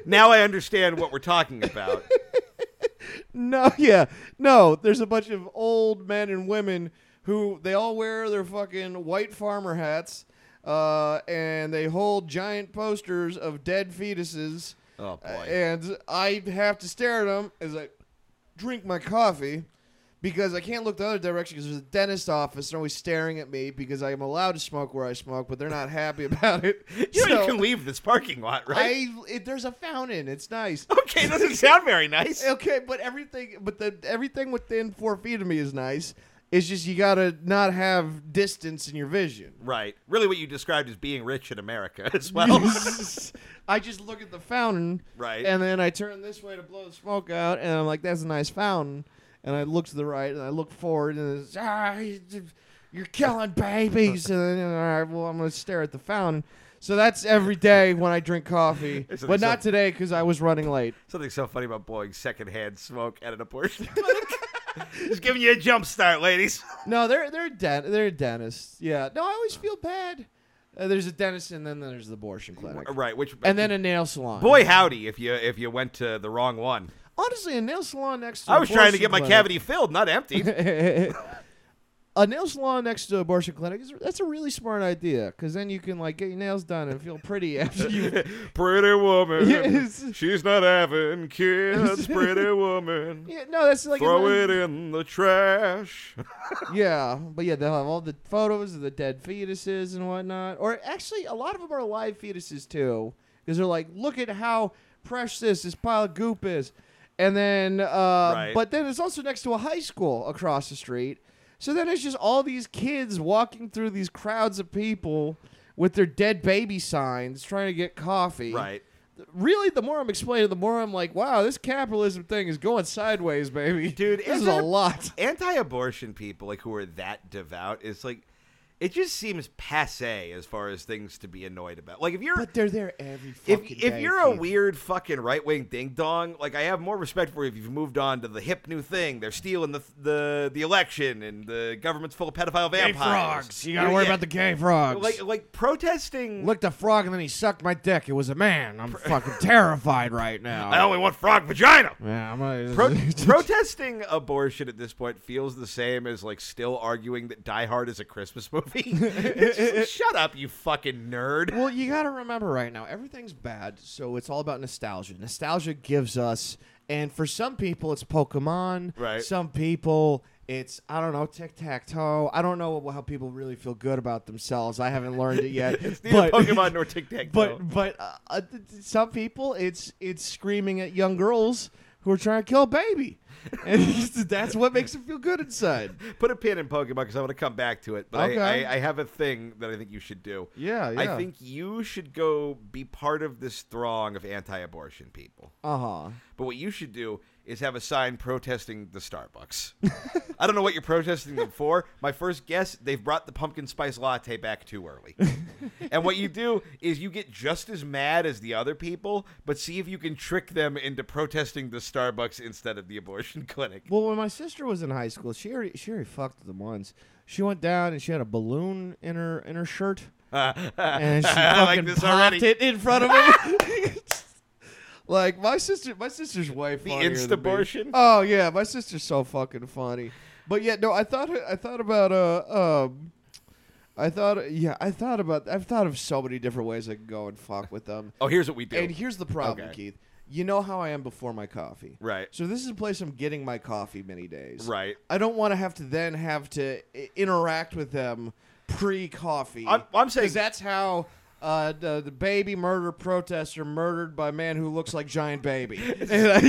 Speaker 1: now I understand what we're talking about.
Speaker 2: No, yeah. No, there's a bunch of old men and women who they all wear their fucking white farmer hats, uh, and they hold giant posters of dead fetuses.
Speaker 1: Oh, boy.
Speaker 2: And I have to stare at them as I drink my coffee. Because I can't look the other direction because there's a dentist office and always staring at me because I am allowed to smoke where I smoke, but they're not happy about it.
Speaker 1: You know,
Speaker 2: So
Speaker 1: you can leave this parking lot, right?
Speaker 2: I, it, there's a fountain. It's nice.
Speaker 1: Okay, doesn't sound very nice.
Speaker 2: Okay, but everything, but the everything within four feet of me is nice. It's just you gotta not have distance in your vision.
Speaker 1: Right. Really, what you described as being rich in America as well.
Speaker 2: I just look at the fountain,
Speaker 1: Oh. Right.
Speaker 2: and then I turn this way to blow the smoke out, and I'm like, "That's a nice fountain." And I look to the right, and I look forward, and it's ah, you're killing babies. and then, all right, well, I'm gonna stare at the fountain. So that's every day when I drink coffee,
Speaker 1: It's
Speaker 2: but not
Speaker 1: except-
Speaker 2: today because I was running late.
Speaker 1: Something so funny about blowing secondhand smoke at an abortion clinic. Just giving you a jump start, ladies.
Speaker 2: No, they're they're dent they're dentists. Yeah. No, I always feel bad. Uh, there's a dentist and then there's the abortion clinic.
Speaker 1: Right, which
Speaker 2: And then a nail salon.
Speaker 1: boy howdy if you if you went to the wrong one.
Speaker 2: honestly, a nail salon next. to
Speaker 1: I was trying to
Speaker 2: abortion
Speaker 1: get my
Speaker 2: clinic-
Speaker 1: cavity filled, not emptied.
Speaker 2: a nail salon next to abortion clinic is that's a really smart idea because then you can like get your nails done and feel pretty after you.
Speaker 1: pretty woman.
Speaker 2: Yes.
Speaker 1: She's not having kids, pretty woman.
Speaker 2: Yeah, no, that's like a nice-
Speaker 1: in the trash.
Speaker 2: Yeah, but yeah, they'll have all the photos of the dead fetuses and whatnot. Or actually, a lot of them are live fetuses too, because they're like, look at how fresh this this pile of goop is. And then, uh,
Speaker 1: Right.
Speaker 2: but then it's also next to a high school across the street. So then it's just all these kids walking through these crowds of people with their dead baby signs trying to get coffee.
Speaker 1: Right.
Speaker 2: Really, the more I'm explaining, the more I'm like, wow, this capitalism thing is going sideways, baby.
Speaker 1: Dude,
Speaker 2: this is
Speaker 1: anti-
Speaker 2: a lot.
Speaker 1: Anti-abortion people like who are that devout is like it just seems passe as far as things to be annoyed about. Like if you're
Speaker 2: But they're there every fucking
Speaker 1: if, if
Speaker 2: day,
Speaker 1: you're a
Speaker 2: Keith.
Speaker 1: weird fucking right wing ding dong, like I have more respect for you if you've moved on to the hip new thing. They're stealing the the, the election and the government's full of pedophile vampires.
Speaker 2: You gotta worry
Speaker 1: Yeah.
Speaker 2: about the gay frogs.
Speaker 1: like like protesting.
Speaker 2: Looked a frog and then he sucked my dick. It was a man. I'm fucking terrified right
Speaker 1: I
Speaker 2: now.
Speaker 1: only want frog vagina.
Speaker 2: Yeah, I'm a,
Speaker 1: Pro- protesting abortion at this point feels the same as like still arguing that Die Hard is a Christmas movie. It's just like, Shut up, you fucking nerd.
Speaker 2: well, you gotta remember right now, everything's bad, so it's all about nostalgia. Nostalgia gives us, and for some people, it's Pokemon.
Speaker 1: Right.
Speaker 2: Some people. It's I don't know tic tac toe. I don't know how people really feel good about themselves. I haven't learned it yet.
Speaker 1: Neither
Speaker 2: but-
Speaker 1: Pokemon nor Tic Tac. Toe.
Speaker 2: But but uh, uh, th- th- some people, it's it's screaming at young girls who are trying to kill a baby, and that's what makes them feel good inside.
Speaker 1: Put a pin in Pokemon because I want to come back to it. But
Speaker 2: Okay.
Speaker 1: I, I, I have a thing that I think you should do.
Speaker 2: Yeah,
Speaker 1: I
Speaker 2: yeah.
Speaker 1: think you should go be part of this throng of anti-abortion people.
Speaker 2: Uh huh.
Speaker 1: But what you should do is have a sign protesting the Starbucks. I don't know what you're protesting them for. My first guess, they've brought the pumpkin spice latte back too early. and what you do is you get just as mad as the other people, but see if you can trick them into protesting the Starbucks instead of the abortion clinic.
Speaker 2: Well, when my sister was in high school, she already, she already fucked them once. She went down and she had a balloon in her in her shirt, and she
Speaker 1: I like
Speaker 2: fucking
Speaker 1: this
Speaker 2: popped
Speaker 1: already.
Speaker 2: it in front of him. like my sister, my sister's way
Speaker 1: The
Speaker 2: funnier than me.
Speaker 1: insta-bortion?
Speaker 2: Oh yeah, my sister's so fucking funny. But yeah, no, I thought I thought about uh um. I thought, yeah, I thought about, I've thought of so many different ways I could go and fuck with them.
Speaker 1: Oh, here's what we do.
Speaker 2: And here's the problem,
Speaker 1: Okay.
Speaker 2: Keith. You know how I am before my coffee.
Speaker 1: Right.
Speaker 2: So this is a place I'm getting my coffee many days.
Speaker 1: Right.
Speaker 2: I don't want to have to then have to i- interact with them pre-coffee.
Speaker 1: I'm- I'm saying-
Speaker 2: 'Cause that's how uh, the, the baby murder protester murdered by a man who looks like giant baby. and I don't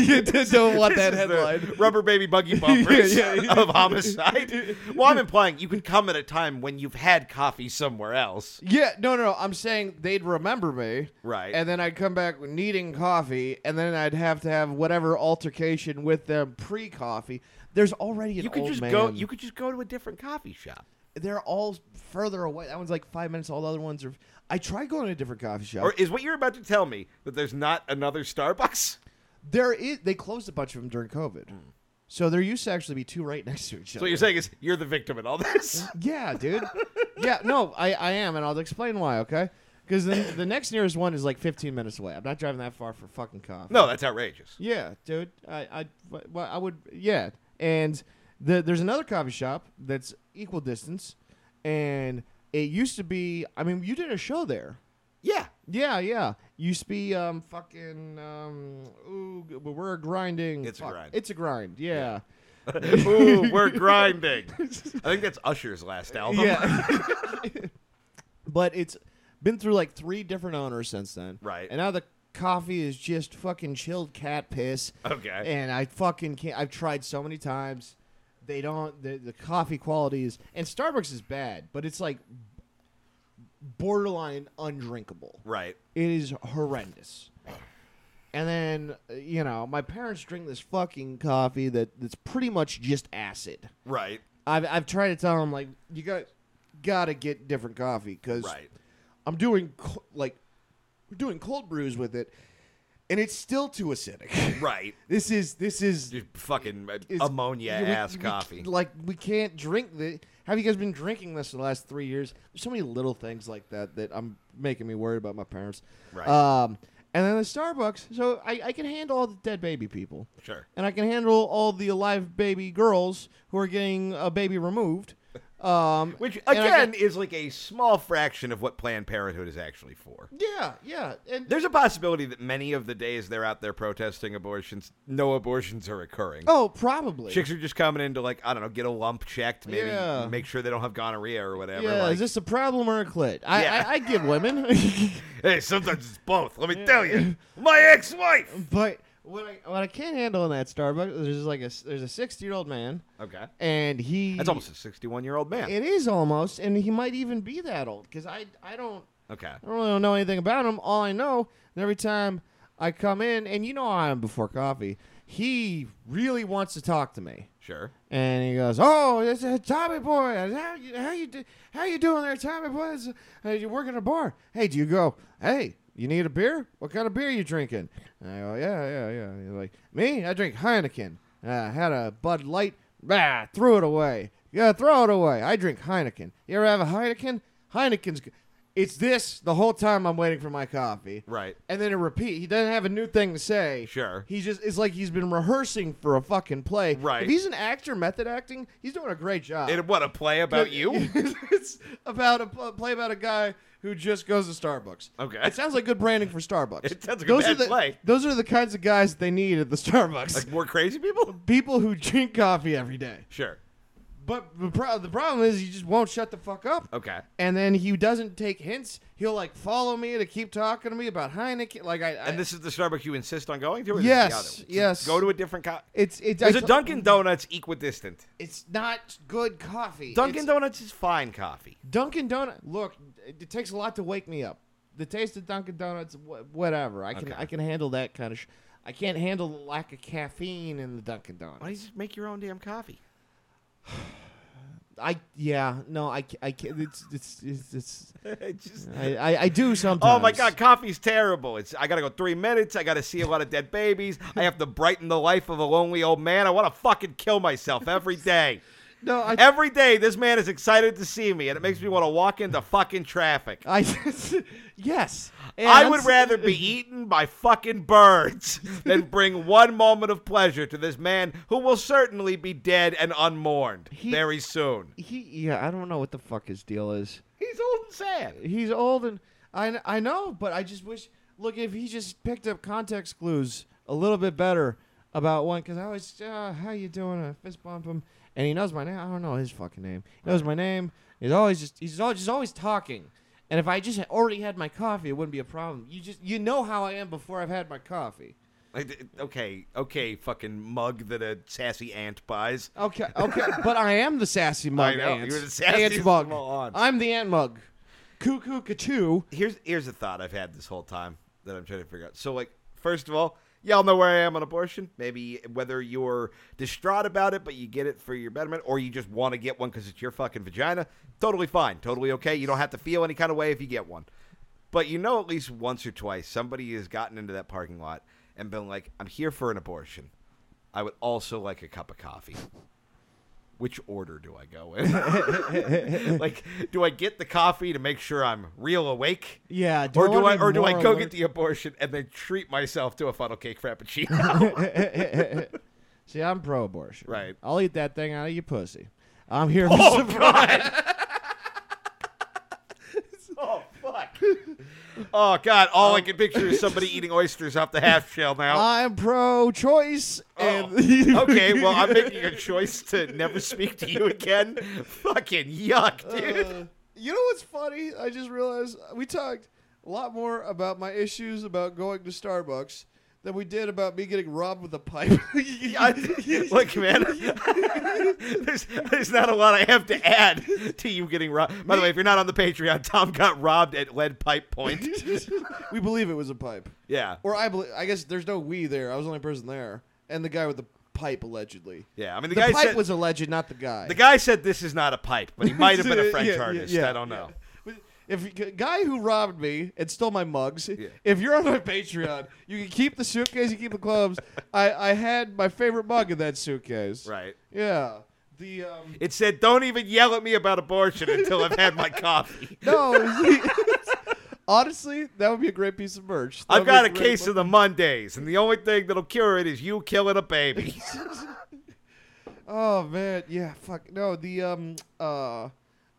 Speaker 2: want that
Speaker 1: This is the
Speaker 2: headline.
Speaker 1: Rubber baby buggy bumpers
Speaker 2: Yeah, yeah.
Speaker 1: of homicide. well, I'm implying you could come at a time when you've had coffee somewhere else.
Speaker 2: Yeah, no, no, no. I'm saying they'd remember me.
Speaker 1: Right.
Speaker 2: And then I'd come back needing coffee, and then I'd have to have whatever altercation with them pre coffee. There's already an
Speaker 1: You could
Speaker 2: old
Speaker 1: just
Speaker 2: man.
Speaker 1: go. You could just go to a different coffee shop,
Speaker 2: They're all further away. That one's like five minutes. All the other ones are. I tried going to a different coffee shop.
Speaker 1: or is what you're about to tell me that there's not another Starbucks?
Speaker 2: there is. They closed a bunch of them during COVID. So there used to actually be two right next to each other.
Speaker 1: Mm. So what you're saying is you're the victim in all this.
Speaker 2: Yeah, dude. yeah, no, I, I am, and I'll explain why, okay? Because the, the next nearest one is like 15 minutes away. I'm not driving that far for fucking coffee.
Speaker 1: No, that's outrageous.
Speaker 2: Yeah, dude. I, I, well, I would. Yeah, and the, there's another coffee shop that's equal distance, and it used to be. I mean, you did a show there.
Speaker 1: Yeah,
Speaker 2: Yeah, yeah. Used to be um fucking um ooh, g- we're grinding.
Speaker 1: It's a
Speaker 2: Fuck.
Speaker 1: grind.
Speaker 2: It's a grind. Yeah.
Speaker 1: Ooh, we're grinding. I think that's Usher's last album.
Speaker 2: Yeah. but it's been through like three different owners since then.
Speaker 1: Right.
Speaker 2: And now the coffee is just fucking chilled cat piss.
Speaker 1: Okay.
Speaker 2: And I fucking can't. I've tried so many times. They don't. The, the coffee quality is. And Starbucks is bad, but it's like borderline undrinkable.
Speaker 1: Right.
Speaker 2: It is horrendous. And then, uh, you know, my parents drink this fucking coffee that, that's pretty much just acid.
Speaker 1: Right.
Speaker 2: I've, I've tried to tell them like you got gotta get different coffee because
Speaker 1: Right.
Speaker 2: I'm doing co- like we're doing cold brews with it, and it's still too acidic.
Speaker 1: Right.
Speaker 2: this is this is,
Speaker 1: Just fucking uh,
Speaker 2: is
Speaker 1: ammonia
Speaker 2: we-
Speaker 1: ass
Speaker 2: we-
Speaker 1: coffee.
Speaker 2: like we can't drink the. Have you guys been drinking this for the last three years? There's so many little things like that that I'm making me worried about my parents.
Speaker 1: Right.
Speaker 2: Um, and then the Starbucks. So I, I can handle all the dead baby people
Speaker 1: sure.
Speaker 2: and I can handle all the alive baby girls who are getting a baby removed. Um,
Speaker 1: Which
Speaker 2: and I
Speaker 1: again
Speaker 2: can-
Speaker 1: is like a small fraction of what Planned Parenthood is actually for.
Speaker 2: yeah, yeah, and
Speaker 1: There's a possibility that many of the days they're out there protesting abortions, no abortions are occurring.
Speaker 2: oh, probably.
Speaker 1: Chicks are just coming in to like I don't know, get a lump checked, maybe
Speaker 2: Yeah.
Speaker 1: make sure they don't have gonorrhea or whatever.
Speaker 2: yeah,
Speaker 1: like,
Speaker 2: is this a problem or a clit? I,
Speaker 1: Yeah.
Speaker 2: I, I give women,
Speaker 1: hey, sometimes it's both. Let me tell you, my ex-wife.
Speaker 2: but what I what I can't handle in that Starbucks, there's like a there's a sixty year old man,
Speaker 1: Okay,
Speaker 2: and he
Speaker 1: that's almost a 61 year old man.
Speaker 2: it is almost, and he might even be that old because I I don't
Speaker 1: okay,
Speaker 2: I don't really don't know anything about him. All I know, and every time I come in, and you know how I am before coffee, he really wants to talk to me.
Speaker 1: sure.
Speaker 2: And he goes, "Oh, this is Tommy boy. How you how you do- how you doing there, Tommy boy? This is- Hey, you working at a bar? Hey, do you go? Hey, you need a beer? What kind of beer you drinking?" And I go, "Yeah, yeah, yeah." And he's like, "Me? I drink Heineken. Uh, I had a Bud Light. Bah, threw it away. Yeah, throw it away. I drink Heineken. You ever have a Heineken? Heineken's. g- It's this the whole time I'm waiting for my coffee.
Speaker 1: Right.
Speaker 2: And then it repeat. He doesn't have a new thing to say.
Speaker 1: Sure.
Speaker 2: He just it's like he's been rehearsing for a fucking play.
Speaker 1: Right.
Speaker 2: If he's an actor, method acting, he's doing a great job.
Speaker 1: And what a play about you.
Speaker 2: it's about a a play about a guy who just goes to Starbucks.
Speaker 1: Okay.
Speaker 2: It sounds like good branding for Starbucks.
Speaker 1: It sounds like a
Speaker 2: those are
Speaker 1: bad
Speaker 2: the,
Speaker 1: play.
Speaker 2: Those are the kinds of guys that they need at the Starbucks.
Speaker 1: like more crazy people.
Speaker 2: People who drink coffee every day.
Speaker 1: Sure.
Speaker 2: But the, pro- the problem is, he just won't shut the fuck up.
Speaker 1: Okay.
Speaker 2: And then he doesn't take hints. He'll like follow me to keep talking to me about Heineken. Like I, I
Speaker 1: And this is the Starbucks you insist on going to? Or is this
Speaker 2: Yes,
Speaker 1: the other?
Speaker 2: yes.
Speaker 1: Go to a different. Co-
Speaker 2: it's it's
Speaker 1: There's
Speaker 2: I
Speaker 1: a
Speaker 2: t-
Speaker 1: Dunkin' Donuts equidistant.
Speaker 2: It's not good coffee.
Speaker 1: Dunkin'
Speaker 2: It's-
Speaker 1: Donuts is fine coffee.
Speaker 2: Dunkin' Donut. Look, it, it takes a lot to wake me up. The taste of Dunkin' Donuts, wh- whatever. I can
Speaker 1: Okay.
Speaker 2: I can handle that kind of. Sh- I can't handle the lack of caffeine in the Dunkin'
Speaker 1: Why
Speaker 2: Donuts.
Speaker 1: do you just make your own damn coffee?
Speaker 2: I yeah no I ca- I can't. It's it's it's. it's
Speaker 1: Just-
Speaker 2: I, I, I do sometimes.
Speaker 1: oh my god, coffee's terrible. It's I gotta go three minutes. I gotta see a lot of dead babies. I have to brighten the life of a lonely old man. I want to fucking kill myself every day.
Speaker 2: No, I
Speaker 1: Every day, this man is excited to see me, and it makes me want to walk into fucking traffic.
Speaker 2: I yes.
Speaker 1: I
Speaker 2: and-
Speaker 1: would rather be eaten by fucking birds than bring one moment of pleasure to this man who will certainly be dead and unmourned
Speaker 2: He-
Speaker 1: very soon.
Speaker 2: He yeah. I don't know what the fuck his deal is.
Speaker 1: He's old and sad.
Speaker 2: He's old and I I know, but I just wish. Look, if he just picked up context clues a little bit better about one, because I was uh, how you doing? I fist bump him, and he knows my name. I don't know his fucking name. He knows my name. He's always just he's always, he's always talking. And if I just had already had my coffee, it wouldn't be a problem. You just you know how I am before I've had my coffee.
Speaker 1: Like, Okay, okay, fucking mug that a sassy ant buys.
Speaker 2: Okay, okay, but I am the sassy mug.
Speaker 1: I know,
Speaker 2: ant.
Speaker 1: you're the sassiest
Speaker 2: Ant mug.
Speaker 1: of all ants.
Speaker 2: I'm the ant mug. Cuckoo, cuckoo.
Speaker 1: Here's here's a thought I've had this whole time that I'm trying to figure out. So like, first of all, y'all know where I am on abortion. Maybe whether you're distraught about it, but you get it for your betterment, or you just want to get one because it's your fucking vagina. Totally fine, totally okay. You don't have to feel any kind of way if you get one. But you know, at least once or twice, somebody has gotten into that parking lot and been like, "I'm here for an abortion. I would also like a cup of coffee." Which order do I go in? like, do I get the coffee to make sure I'm real awake?
Speaker 2: Yeah.
Speaker 1: or do I
Speaker 2: wanna be
Speaker 1: or do I
Speaker 2: more
Speaker 1: go
Speaker 2: alert?
Speaker 1: get the abortion and then treat myself to a funnel cake frappuccino?
Speaker 2: See, I'm pro-abortion.
Speaker 1: Right.
Speaker 2: I'll eat that thing out of your pussy. I'm here.
Speaker 1: oh
Speaker 2: for
Speaker 1: god! oh fuck! Oh god! All I can picture is somebody eating oysters off the half shell now.
Speaker 2: I'm pro-choice. And
Speaker 1: Oh. okay, well I'm making a choice to never speak to you again. Fucking yuck, dude.
Speaker 2: Uh, you know what's funny? I just realized we talked a lot more about my issues about going to Starbucks than we did about me getting robbed with a pipe.
Speaker 1: I- look, man, there's, there's not a lot I have to add to you getting robbed. By the way, if you're not on the Patreon, Tom got robbed at Lead Pipe Point.
Speaker 2: we believe it was a pipe.
Speaker 1: Yeah.
Speaker 2: Or I believe. I guess there's no we there. I was the only person there, and the guy with the pipe allegedly.
Speaker 1: Yeah, I mean the,
Speaker 2: The,
Speaker 1: guy
Speaker 2: pipe
Speaker 1: said
Speaker 2: was alleged, not the guy.
Speaker 1: the guy said this is not a pipe, but he might have been a French
Speaker 2: Yeah, yeah,
Speaker 1: artist.
Speaker 2: yeah,
Speaker 1: I don't know.
Speaker 2: If a guy who robbed me and stole my mugs,
Speaker 1: Yeah.
Speaker 2: if you're on my Patreon, you can keep the suitcase, you keep the clubs. I, I had my favorite mug in that suitcase.
Speaker 1: Right.
Speaker 2: Yeah. The um
Speaker 1: It said, "Don't even yell at me about abortion until I've had my coffee."
Speaker 2: no. honestly, that would be a great piece of merch. That
Speaker 1: I've
Speaker 2: would be
Speaker 1: got a
Speaker 2: great
Speaker 1: case of
Speaker 2: mug.
Speaker 1: the Mondays, and the only thing that'll cure it is you killing a baby.
Speaker 2: Oh man, yeah. Fuck no. The um uh.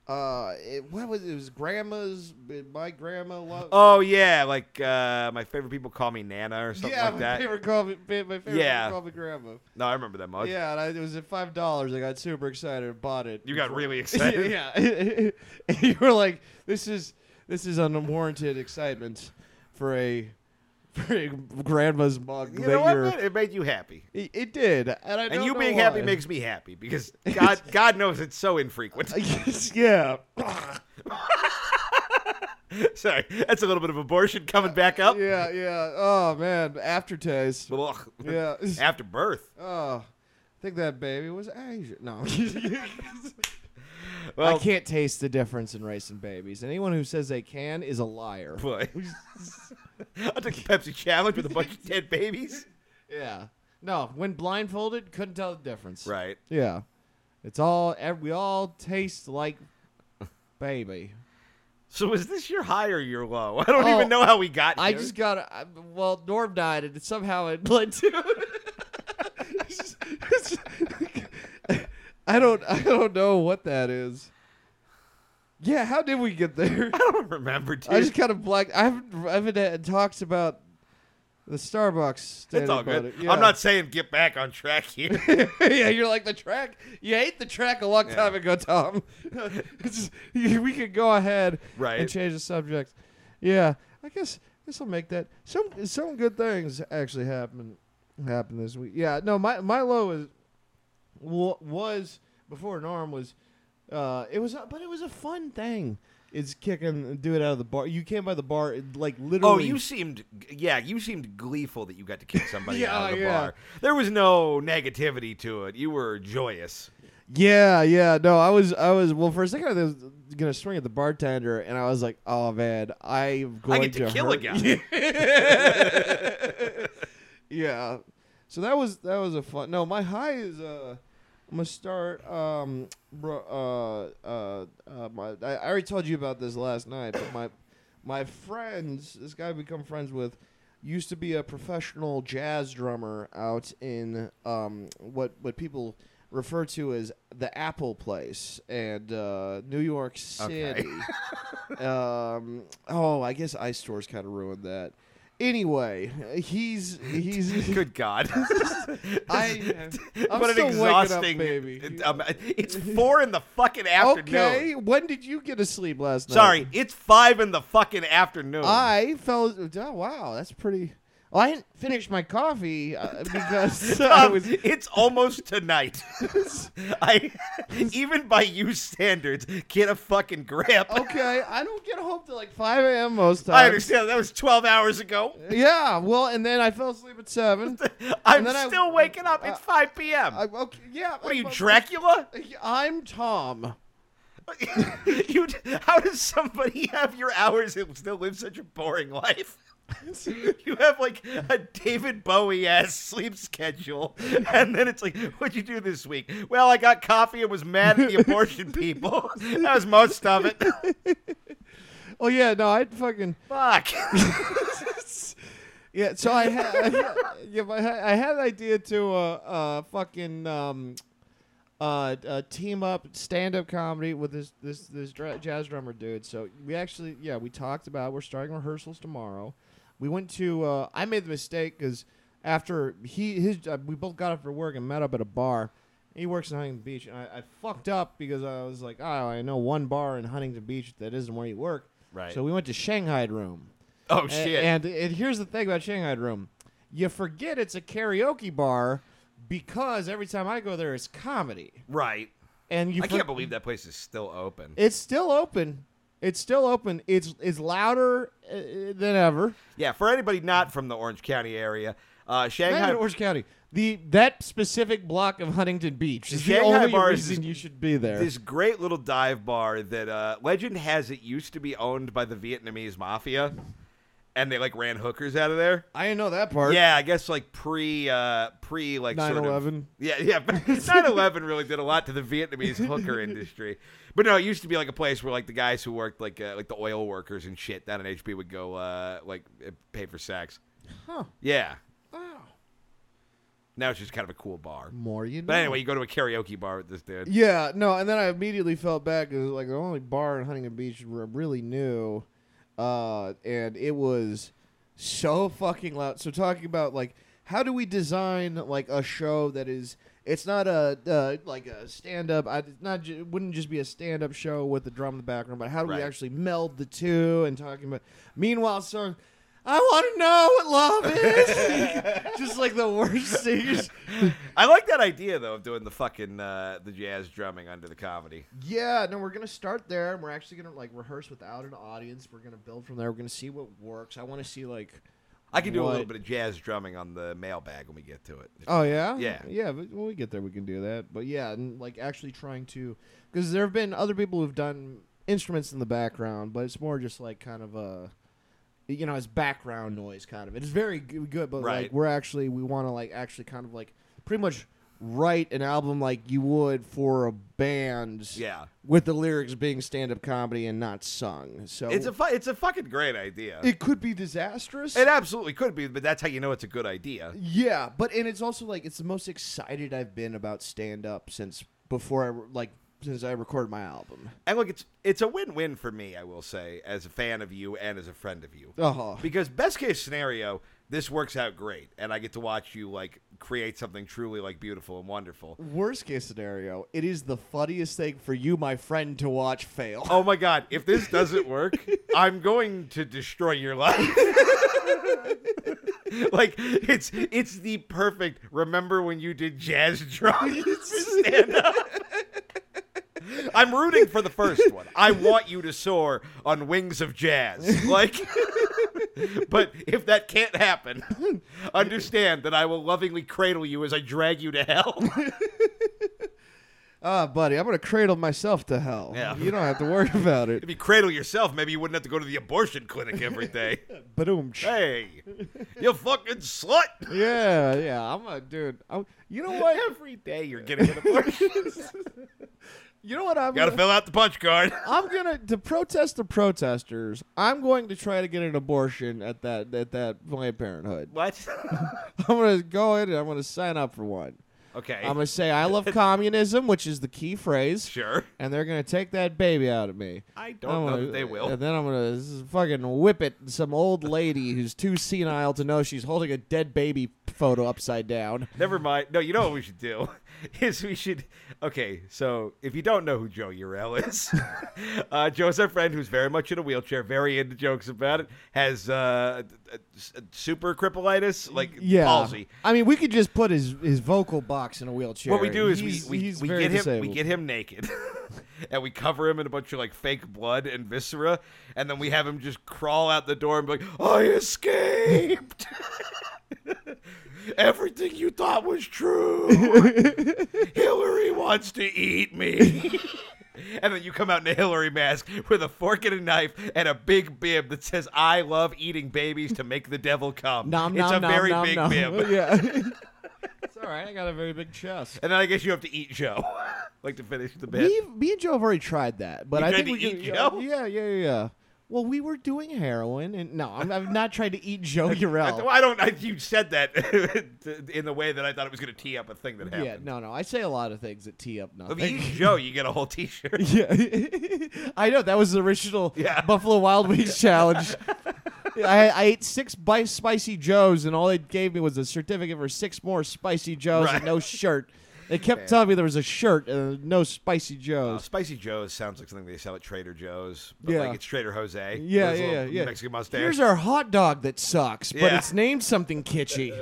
Speaker 2: Uh, it, what was it? it? Was grandma's? My grandma loved.
Speaker 1: oh yeah, like uh, my favorite people call me Nana or something
Speaker 2: yeah,
Speaker 1: like
Speaker 2: my
Speaker 1: that.
Speaker 2: favorite coffee. My favorite
Speaker 1: Yeah.
Speaker 2: coffee grandma.
Speaker 1: No, I remember that mug.
Speaker 2: Yeah, and I, it was at five dollars. I got super excited and bought it.
Speaker 1: You got really
Speaker 2: yeah,
Speaker 1: excited.
Speaker 2: yeah. and you were like, "This is this is unwarranted excitement for a for a grandma's mug."
Speaker 1: You
Speaker 2: that
Speaker 1: know what?
Speaker 2: you're,
Speaker 1: Man? It made you happy.
Speaker 2: It, it did, and I
Speaker 1: And
Speaker 2: don't
Speaker 1: you
Speaker 2: know
Speaker 1: being happy
Speaker 2: why.
Speaker 1: makes me happy because God, God knows it's so infrequent.
Speaker 2: yeah,
Speaker 1: Sorry, that's a little bit of abortion coming back up.
Speaker 2: yeah, yeah. Oh man, aftertaste.
Speaker 1: Ugh.
Speaker 2: Yeah.
Speaker 1: After birth.
Speaker 2: Oh, I think that baby was Asian. No.
Speaker 1: Well,
Speaker 2: I can't taste the difference in rice and babies. Anyone who says they can is a liar.
Speaker 1: boy. I took the Pepsi challenge with a bunch of dead babies.
Speaker 2: Yeah. No, when blindfolded, couldn't tell the difference.
Speaker 1: Right.
Speaker 2: Yeah. It's all ev- we all taste like baby.
Speaker 1: So is this your high or your low? I don't
Speaker 2: Oh,
Speaker 1: even know how we got here.
Speaker 2: I just got I, well, Norm died, and it somehow it bled to. I don't I don't know what that is. Yeah, how did we get there?
Speaker 1: I don't remember, dude.
Speaker 2: I just kind of black. I haven't I haven't had talks about The Starbucks. standard
Speaker 1: It's all
Speaker 2: product.
Speaker 1: good.
Speaker 2: Yeah.
Speaker 1: I'm not saying get back on track here.
Speaker 3: yeah, you're like the track. You hate the track a long time ago, Tom.
Speaker 2: It's just- we could go ahead
Speaker 1: Right.
Speaker 2: and change the subject. Yeah, I guess this will make that some some good things actually happen happen this week. Yeah, no, my my low is wa- was before Norm was uh it was a- but it was a fun thing. It's kicking do it out of the bar. You came by the bar it, like
Speaker 1: Oh,
Speaker 2: literally.
Speaker 1: you seemed yeah, you seemed gleeful that you got to kick somebody
Speaker 2: Yeah,
Speaker 1: out of the
Speaker 2: yeah.
Speaker 1: bar. There was no negativity to it. You were joyous.
Speaker 2: Yeah, yeah. No, I was, I was. Well, for a second, I was gonna swing at the bartender, and I was like, "Oh man, I'm going
Speaker 1: I get to, kill
Speaker 2: hurt.
Speaker 1: a guy.
Speaker 2: Yeah. So that was that was a fun. No, my high is uh, I'm gonna start um, bro, uh, uh, uh, my I, I already told you about this last night, but my my friends, this guy I become friends with, used to be a professional jazz drummer out in um what what people refer to as the Apple Place and uh, New York City. um, oh, I guess Ice Store's kind of ruined that. Anyway, he's he's
Speaker 1: Good God!
Speaker 2: I, I'm
Speaker 1: what an
Speaker 2: still waking
Speaker 1: exhausting.
Speaker 2: up, baby.
Speaker 1: Um, it's four in the fucking afternoon.
Speaker 2: Okay, when did you get to sleep last night?
Speaker 1: Sorry, it's five in the fucking afternoon.
Speaker 2: I fell. Oh, wow, that's pretty. Well, I didn't finish my coffee uh, because I
Speaker 1: Um,
Speaker 2: was.
Speaker 1: it's almost tonight. I even by you standards get a fucking grip.
Speaker 2: Okay, I don't get home till like 5 a.m. most times.
Speaker 1: I understand that was twelve hours ago.
Speaker 2: Yeah, well, and then I fell asleep at 7.
Speaker 1: I'm
Speaker 2: then I-
Speaker 1: still waking up. It's
Speaker 2: uh,
Speaker 1: five p.m.
Speaker 2: I, okay, yeah.
Speaker 1: what are you,
Speaker 2: but-
Speaker 1: Dracula?
Speaker 2: I'm Tom.
Speaker 1: you, how does somebody have your hours and still live such a boring life? you have like a David Bowie ass sleep schedule, and then it's like, what'd you do this week? Well, I got coffee and was mad at the abortion people. that was most of it.
Speaker 2: Oh, yeah, no, I'd fucking.
Speaker 1: Fuck.
Speaker 2: Yeah, so I had, I had yeah, but I I had an idea to uh, uh fucking um uh, uh team up stand up comedy with this this this dra- jazz drummer dude. So we actually yeah we talked about we're starting rehearsals tomorrow. We went to uh, I made the mistake because after he his uh, we both got up for work and met up at a bar. He works in Huntington Beach, and I, I fucked up because I was like, oh, I know one bar in Huntington Beach that isn't where you work.
Speaker 1: Right.
Speaker 2: So we went to Shanghai Room.
Speaker 1: Oh
Speaker 2: A-
Speaker 1: shit.
Speaker 2: And, and here's the thing about Shanghai Room. You forget it's a karaoke bar because every time I go there, it's comedy.
Speaker 1: right.
Speaker 2: And you
Speaker 1: I
Speaker 2: for-
Speaker 1: can't believe that place is still open.
Speaker 2: it's still open. It's still open. It's it's louder uh, uh, than ever.
Speaker 1: Yeah, for anybody not from the Orange County area, uh,
Speaker 2: Not
Speaker 1: Shanghai
Speaker 2: even Orange County. The that specific block of Huntington Beach is the
Speaker 1: Shanghai
Speaker 2: only
Speaker 1: bar is-
Speaker 2: reason you should be there.
Speaker 1: this great little dive bar that uh, legend has it used to be owned by the Vietnamese mafia, and they like ran hookers out of there.
Speaker 2: I didn't know that part.
Speaker 1: Yeah, I guess like pre uh, pre like sort of
Speaker 2: 9/11.
Speaker 1: yeah yeah 9/11 really did a lot to the Vietnamese hooker industry. But no, it used to be like a place where like the guys who worked like uh, like the oil workers and shit down in HB would go uh, like uh, pay for sex.
Speaker 2: Huh.
Speaker 1: Yeah,
Speaker 2: Wow.
Speaker 1: now it's just kind of a cool bar.
Speaker 2: More you know.
Speaker 1: But anyway, you go to a karaoke bar with this dude.
Speaker 2: Yeah, no, and then I immediately felt bad because like the only bar in Huntington Beach where I really knew, uh, and it was so fucking loud. So talking about like how do we design like a show that is it's not a uh, like a stand up. I it's not ju- it wouldn't just be a stand up show with the drum in the background, but how do
Speaker 1: Right.
Speaker 2: we actually meld the two and talking about. Meanwhile, so. I want to know what love is. Just like the worst singers.
Speaker 1: I like that idea though of doing the fucking uh, the jazz drumming under the comedy.
Speaker 2: Yeah, no, we're gonna start there, and we're actually gonna like rehearse without an audience. We're gonna build from there. We're gonna see what works. I want to see like,
Speaker 1: I can do a little
Speaker 2: What?
Speaker 1: bit of jazz drumming on the mailbag when we get to it.
Speaker 2: oh yeah,
Speaker 1: Yeah.
Speaker 2: yeah. But when we get there, we can do that. But yeah, and like actually trying to, because there have been other people who've done instruments in the background, but it's more just like kind of a, you know, it's background noise kind of. It's very g- good, but
Speaker 1: Right.
Speaker 2: like we're actually we want to like actually kind of like pretty much write an album like you would for a band.
Speaker 1: Yeah,
Speaker 2: with the lyrics being stand-up comedy and not sung. So
Speaker 1: it's a fu- it's a fucking great idea. It,
Speaker 2: it could be disastrous.
Speaker 1: absolutely could be, but that's how you know it's a good idea.
Speaker 2: yeah, but and it's also like it's the most excited I've been about stand-up since before I re- like since I recorded my album.
Speaker 1: And look, it's it's a win win for me. I will say, as a fan of you and as a friend of you,
Speaker 2: Oh,
Speaker 1: because best case scenario, this works out great, and I get to watch you like create something truly like beautiful and wonderful.
Speaker 2: Worst case scenario, it is the funniest thing for you, my friend, to watch fail.
Speaker 1: Oh my god, if this doesn't work, I'm going to destroy your life. like it's it's the perfect remember when you did jazz drums stand up. I'm rooting for the first one. I want you to soar on wings of jazz. Like But if that can't happen, understand that I will lovingly cradle you as I drag you to hell.
Speaker 2: Ah, buddy, I'm gonna cradle myself to hell.
Speaker 1: Yeah.
Speaker 2: You don't have to worry about it.
Speaker 1: if you cradle yourself, maybe you wouldn't have to go to the abortion clinic every day.
Speaker 2: Boom.
Speaker 1: Hey, you fucking slut!
Speaker 2: Yeah, yeah. I'm a dude. I'm, you know what?
Speaker 1: Every day you're getting an abortion.
Speaker 2: You know what? I'm
Speaker 1: Gotta
Speaker 2: gonna-
Speaker 1: fill out the punch card.
Speaker 2: I'm gonna to protest the protesters. I'm going to try to get an abortion at that at that Planned Parenthood.
Speaker 1: What?
Speaker 2: I'm gonna go in and I'm gonna sign up for one.
Speaker 1: Okay.
Speaker 2: I'm gonna say I love communism, which is the key phrase,
Speaker 1: sure.
Speaker 2: and they're gonna take that baby out of me.
Speaker 1: I
Speaker 2: I'm
Speaker 1: don't know
Speaker 2: gonna-
Speaker 1: that they will.
Speaker 2: And then I'm gonna s- fucking whip it some old lady who's too senile to know she's holding a dead baby photo upside down.
Speaker 1: Never mind. No, you know what we should do is we should. Okay, so if you don't know who Joe Urell is, uh, Joe's our friend who's very much in a wheelchair, very into jokes about it, has uh, uh, s- super crippleitis, like
Speaker 2: Yeah.
Speaker 1: palsy.
Speaker 2: I mean, we could just put his his vocal box in a wheelchair.
Speaker 1: What we do is we
Speaker 2: He's-
Speaker 1: we,
Speaker 2: he's
Speaker 1: we
Speaker 2: very
Speaker 1: get him we
Speaker 2: disabled.
Speaker 1: get him naked, and we cover him in a bunch of like fake blood and viscera, and then we have him just crawl out the door and be like, "I escaped." Everything you thought was true. Hillary wants to eat me. and then you come out in a Hillary mask with a fork and a knife and a big bib that says, I love eating babies to make the devil come.
Speaker 2: Nom,
Speaker 1: it's
Speaker 2: nom,
Speaker 1: a
Speaker 2: nom,
Speaker 1: very
Speaker 2: nom,
Speaker 1: big
Speaker 2: nom.
Speaker 1: bib.
Speaker 2: yeah. it's all right. I got a very big chest.
Speaker 1: And then I guess you have to eat Joe, like to finish the bit.
Speaker 2: Me, me and Joe have already tried that, but
Speaker 1: You
Speaker 2: I
Speaker 1: tried
Speaker 2: think
Speaker 1: to
Speaker 2: we
Speaker 1: eat
Speaker 2: could-
Speaker 1: Joe?
Speaker 2: Yeah, yeah, yeah, yeah. Well, we were doing heroin, and no, I'm, I've not tried to eat Joe Urell.
Speaker 1: Well, I don't. I, you said that in the way that I thought it was going to tee up a thing that
Speaker 2: Yeah,
Speaker 1: happened.
Speaker 2: no, no. I say a lot of things that tee up
Speaker 1: If you
Speaker 2: nothing.
Speaker 1: eat Joe, you get a whole T-shirt.
Speaker 2: Yeah, I know that was the original
Speaker 1: Yeah.
Speaker 2: Buffalo Wild Wings challenge. I, I ate six bi- spicy Joes, and all it gave me was a certificate for six more spicy Joes
Speaker 1: Right.
Speaker 2: and no shirt. They kept telling me there was a shirt and no spicy
Speaker 1: Uh,
Speaker 2: Joes.
Speaker 1: Spicy Joe's sounds like something they sell at Trader Joe's. But
Speaker 2: Yeah.
Speaker 1: like it's Trader Jose. with
Speaker 2: yeah,
Speaker 1: his
Speaker 2: yeah, yeah,
Speaker 1: little
Speaker 2: yeah.
Speaker 1: Mexican mustache.
Speaker 2: Here's our hot dog that sucks, but
Speaker 1: Yeah.
Speaker 2: it's named something kitschy.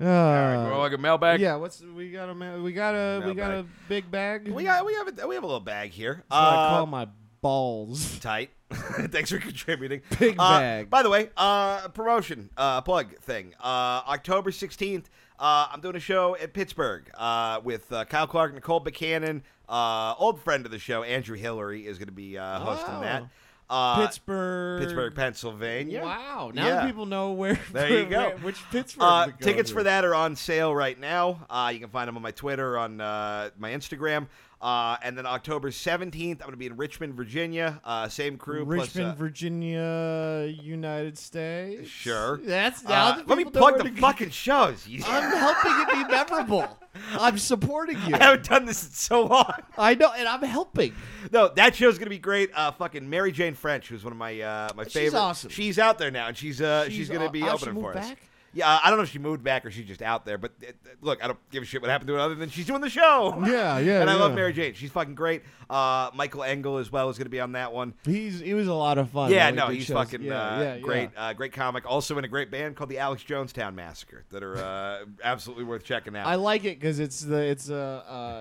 Speaker 2: Uh,
Speaker 1: Well, like a mailbag.
Speaker 2: yeah, what's we got a ma- we got a we
Speaker 1: Mail
Speaker 2: got
Speaker 1: bag.
Speaker 2: a big bag.
Speaker 1: we got we have a, we have a little bag here.
Speaker 2: That's what I
Speaker 1: Uh,
Speaker 2: call my balls.
Speaker 1: tight. Thanks for contributing.
Speaker 2: Big
Speaker 1: Uh,
Speaker 2: bag.
Speaker 1: by the way, uh, promotion uh, plug thing. Uh, October sixteenth, uh, I'm doing a show at Pittsburgh uh, with uh, Kyle Clark, Nicole Buchanan, uh, old friend of the show, Andrew Hillary is going to be uh, hosting
Speaker 2: Oh.
Speaker 1: that. Uh,
Speaker 2: Pittsburgh,
Speaker 1: Pittsburg, Pennsylvania.
Speaker 2: Wow! Now
Speaker 1: Yeah.
Speaker 2: that people know where.
Speaker 1: There you go.
Speaker 2: where- which Pittsburgh?
Speaker 1: Uh,
Speaker 2: to go
Speaker 1: tickets
Speaker 2: to.
Speaker 1: for that are on sale right now. Uh, you can find them on my Twitter, on uh, my Instagram. Uh, and then October 17th, I'm going to be in Richmond, Virginia. Uh, same crew. plus,
Speaker 2: Richmond,
Speaker 1: uh,
Speaker 2: Virginia, United States.
Speaker 1: Sure.
Speaker 2: That's now.
Speaker 1: Uh,
Speaker 2: that
Speaker 1: let me
Speaker 2: people know
Speaker 1: plug
Speaker 2: where
Speaker 1: the
Speaker 2: to go.
Speaker 1: fucking shows. You-
Speaker 2: I'm helping it be memorable. I'm supporting you.
Speaker 1: I haven't done this in so long.
Speaker 2: I know, and I'm helping.
Speaker 1: No, that show's gonna be great. Uh, fucking Mary Jane French, who's one of my uh, my
Speaker 2: She's
Speaker 1: favorite.
Speaker 2: awesome.
Speaker 1: She's out there now, and she's uh, she's,
Speaker 2: She's
Speaker 1: gonna
Speaker 2: au-
Speaker 1: be
Speaker 2: oh, she
Speaker 1: opening
Speaker 2: moved
Speaker 1: for us.
Speaker 2: back?
Speaker 1: Yeah, I- I don't know if she moved back or she's just out there, but uh, look, I don't give a shit what happened to her other than she's doing the show.
Speaker 2: Yeah, yeah,
Speaker 1: And I love
Speaker 2: yeah.
Speaker 1: Mary Jane. She's fucking great. Uh, Michael Engel as well is gonna be on that one.
Speaker 2: He's Oh, he was a lot of fun.
Speaker 1: Yeah,
Speaker 2: when we
Speaker 1: no,
Speaker 2: did
Speaker 1: he's
Speaker 2: shows.
Speaker 1: fucking
Speaker 2: Yeah,
Speaker 1: uh,
Speaker 2: yeah, yeah.
Speaker 1: great, Uh, great comic. Also in a great band called the Alex Jonestown Massacre that are uh, absolutely worth checking out.
Speaker 2: I like it because it's the it's uh,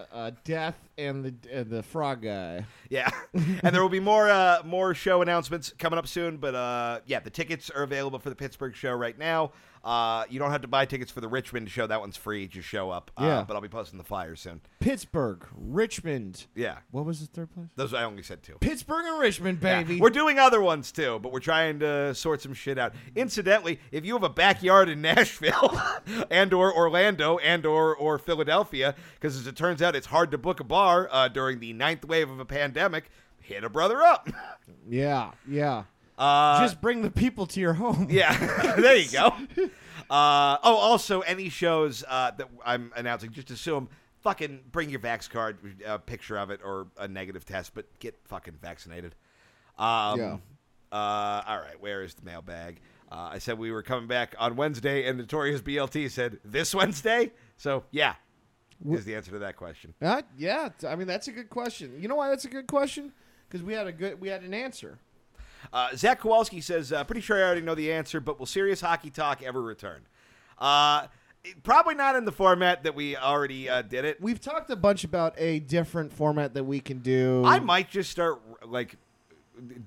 Speaker 2: uh, uh, death and the uh, the frog guy.
Speaker 1: Yeah, and there will be more uh, more show announcements coming up soon. But uh, yeah, the tickets are available for the Pittsburgh show right now. Uh, you don't have to buy tickets for the Richmond show. That one's free. Just show up. Uh,
Speaker 2: Yeah.
Speaker 1: But I'll be posting the flyer soon.
Speaker 2: Pittsburgh, Richmond.
Speaker 1: Yeah,
Speaker 2: What was the third place?
Speaker 1: those I only said two.
Speaker 2: Pittsburgh and Richmond,
Speaker 1: Yeah.
Speaker 2: baby.
Speaker 1: We're doing other ones too, but we're trying to sort some shit out. Incidentally, if you have a backyard in Nashville and or Orlando and or or Philadelphia, because as it turns out, it's hard to book a bar uh, during the ninth wave of a pandemic. Hit a brother up.
Speaker 2: Yeah, yeah.
Speaker 1: Uh,
Speaker 2: Just bring the people to your home.
Speaker 1: Yeah, there you go. Uh, oh, also, any shows uh, that I'm announcing, just assume fucking bring your vax card, a picture of it, or a negative test, but get fucking vaccinated. Um,
Speaker 2: Yeah.
Speaker 1: Uh, all right, where is the mailbag? Uh, I said we were coming back on Wednesday, and Notorious BLT said this Wednesday. So yeah, is the answer to that question.
Speaker 2: Uh, yeah, t- I mean that's a good question. You know why that's a good question? Because we had a good, we had an answer.
Speaker 1: Uh, Zach Kowalski says, uh, pretty sure I already know the answer, but will serious hockey talk ever return? Uh, it- probably not in the format that we already uh, did it.
Speaker 2: We've talked a bunch about a different format that we can do.
Speaker 1: I might just start like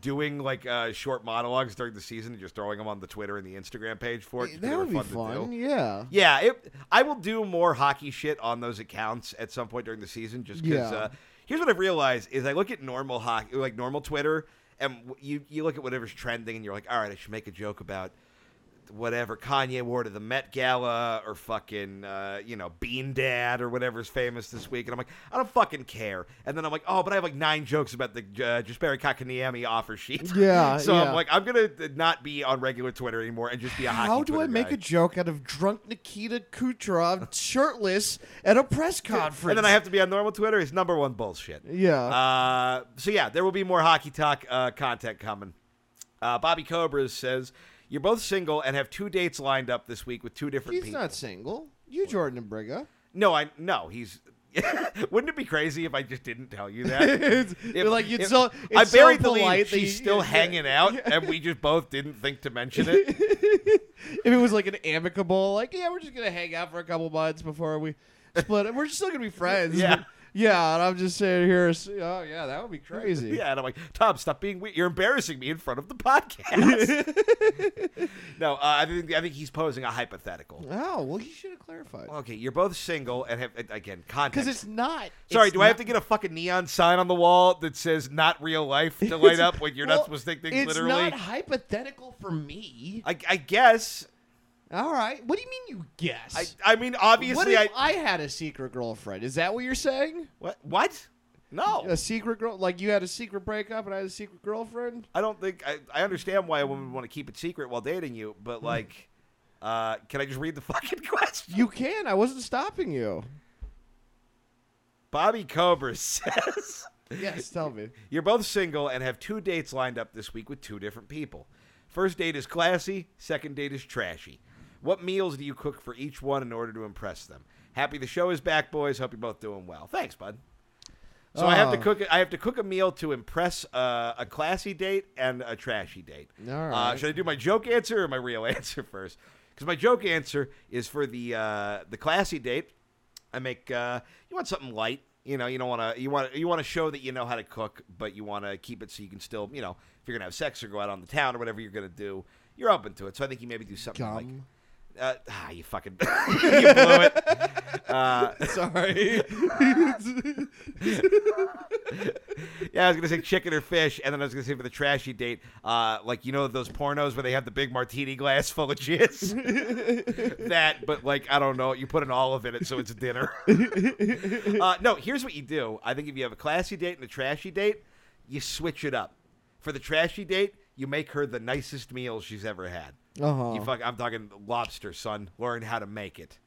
Speaker 1: doing like uh, short monologues during the season and just throwing them on the Twitter and the Instagram page for it. 'cause they
Speaker 2: Eh, that
Speaker 1: were
Speaker 2: would be
Speaker 1: to do.
Speaker 2: fun. Yeah.
Speaker 1: Yeah, it, I will do more hockey shit on those accounts at some point during the season. Just because
Speaker 2: Yeah.
Speaker 1: uh, here's what I've realized is I look at normal hockey, like normal Twitter, and w- you you look at whatever's trending, and you're like, all right, I should make a joke about whatever Kanye wore to the Met Gala or fucking uh, you know Bean Dad or whatever's famous this week, and I'm like, I don't fucking care. And then I'm like, oh, but I have like nine jokes about the uh, Jasperi Kakaniemi offer sheet.
Speaker 2: Yeah,
Speaker 1: so
Speaker 2: yeah.
Speaker 1: I'm like, I'm gonna uh, not be on regular Twitter anymore and just be a hockey.
Speaker 2: How do I
Speaker 1: Twitter
Speaker 2: make
Speaker 1: guy.
Speaker 2: a joke out of drunk Nikita Kucherov shirtless at a press conference?
Speaker 1: And then I have to be on normal Twitter. It's number one bullshit.
Speaker 2: Yeah.
Speaker 1: Uh, so yeah, there will be more hockey talk uh, content coming. Uh, Bobby Cobras says you're both single and have two dates lined up this week with two different
Speaker 2: He's
Speaker 1: people.
Speaker 2: not single. You, Jordan and Briga.
Speaker 1: No, I no. He's. Wouldn't it be crazy if I just didn't tell you that?
Speaker 2: They're like, you'd so-
Speaker 1: I
Speaker 2: it's so
Speaker 1: buried the
Speaker 2: polite
Speaker 1: lead.
Speaker 2: that you-
Speaker 1: She's still
Speaker 2: yeah.
Speaker 1: hanging out, and we just both didn't think to mention it.
Speaker 2: If it was like an amicable, like, yeah, we're just gonna hang out for a couple months before we split. up. we're just still gonna be friends.
Speaker 1: Yeah.
Speaker 2: but- yeah. And I'm just sitting here. s- Oh yeah, that would be crazy.
Speaker 1: Yeah, and I'm like, Tom, stop being weird. You're embarrassing me in front of the podcast. no, uh, I think I think he's posing a hypothetical.
Speaker 2: Oh well, he should have clarified
Speaker 1: Okay, you're both single and have and again
Speaker 2: because
Speaker 1: context.
Speaker 2: it's not.
Speaker 1: Sorry,
Speaker 2: it's
Speaker 1: do I have to
Speaker 2: not-
Speaker 1: get a fucking neon sign on the wall that says "not real life" to light up when you're
Speaker 2: Well,
Speaker 1: not supposed to think things
Speaker 2: it's
Speaker 1: literally?
Speaker 2: not hypothetical for me.
Speaker 1: I, I guess.
Speaker 2: All right. What do you mean you guess?
Speaker 1: I, I mean,
Speaker 2: what
Speaker 1: obviously,
Speaker 2: if
Speaker 1: I
Speaker 2: I... had a secret girlfriend? Is that what you're saying?
Speaker 1: what? What? No,
Speaker 2: A secret girl? Like you had a secret breakup and I had a secret girlfriend?
Speaker 1: I don't think. I, I understand why a woman would want to keep it secret while dating you,
Speaker 2: Hmm.
Speaker 1: but like, uh, can I just read the fucking question?
Speaker 2: You can. I wasn't stopping you.
Speaker 1: Bobby Cobra says.
Speaker 2: Yes, tell me.
Speaker 1: You're both single and have two dates lined up this week with two different people. First date is classy, second date is trashy. What meals do you cook for each one in order to impress them? Happy the show is back, boys. Hope you're both doing well. Thanks, bud. So I have to
Speaker 2: Oh.
Speaker 1: cook. I have to cook a meal to impress uh, a classy date and a trashy date.
Speaker 2: All
Speaker 1: Uh,
Speaker 2: right.
Speaker 1: should I do my joke answer or my real answer first? Because my joke answer is for the uh, the classy date. I make uh, you want something light. You know, you don't want to. You want you want to show that you know how to cook, but you want to keep it so you can still, you know, if you're gonna have sex or go out on the town or whatever you're gonna do, you're open to it. So I think you maybe do something
Speaker 2: Gum.
Speaker 1: like, uh, ah, you fucking, you blew it. Uh,
Speaker 2: Sorry.
Speaker 1: Yeah, I was gonna say chicken or fish, and then I was gonna say for the trashy date, uh, like you know those pornos where they have the big martini glass full of jizz. that, but like I don't know, you put an olive in it, so it's a dinner. uh, no, here's what you do. I think if you have a classy date and a trashy date, you switch it up. For the trashy date, you make her the nicest meal she's ever had.
Speaker 2: Uh-huh.
Speaker 1: You fuck, I'm talking lobster, son. Learn how to make it.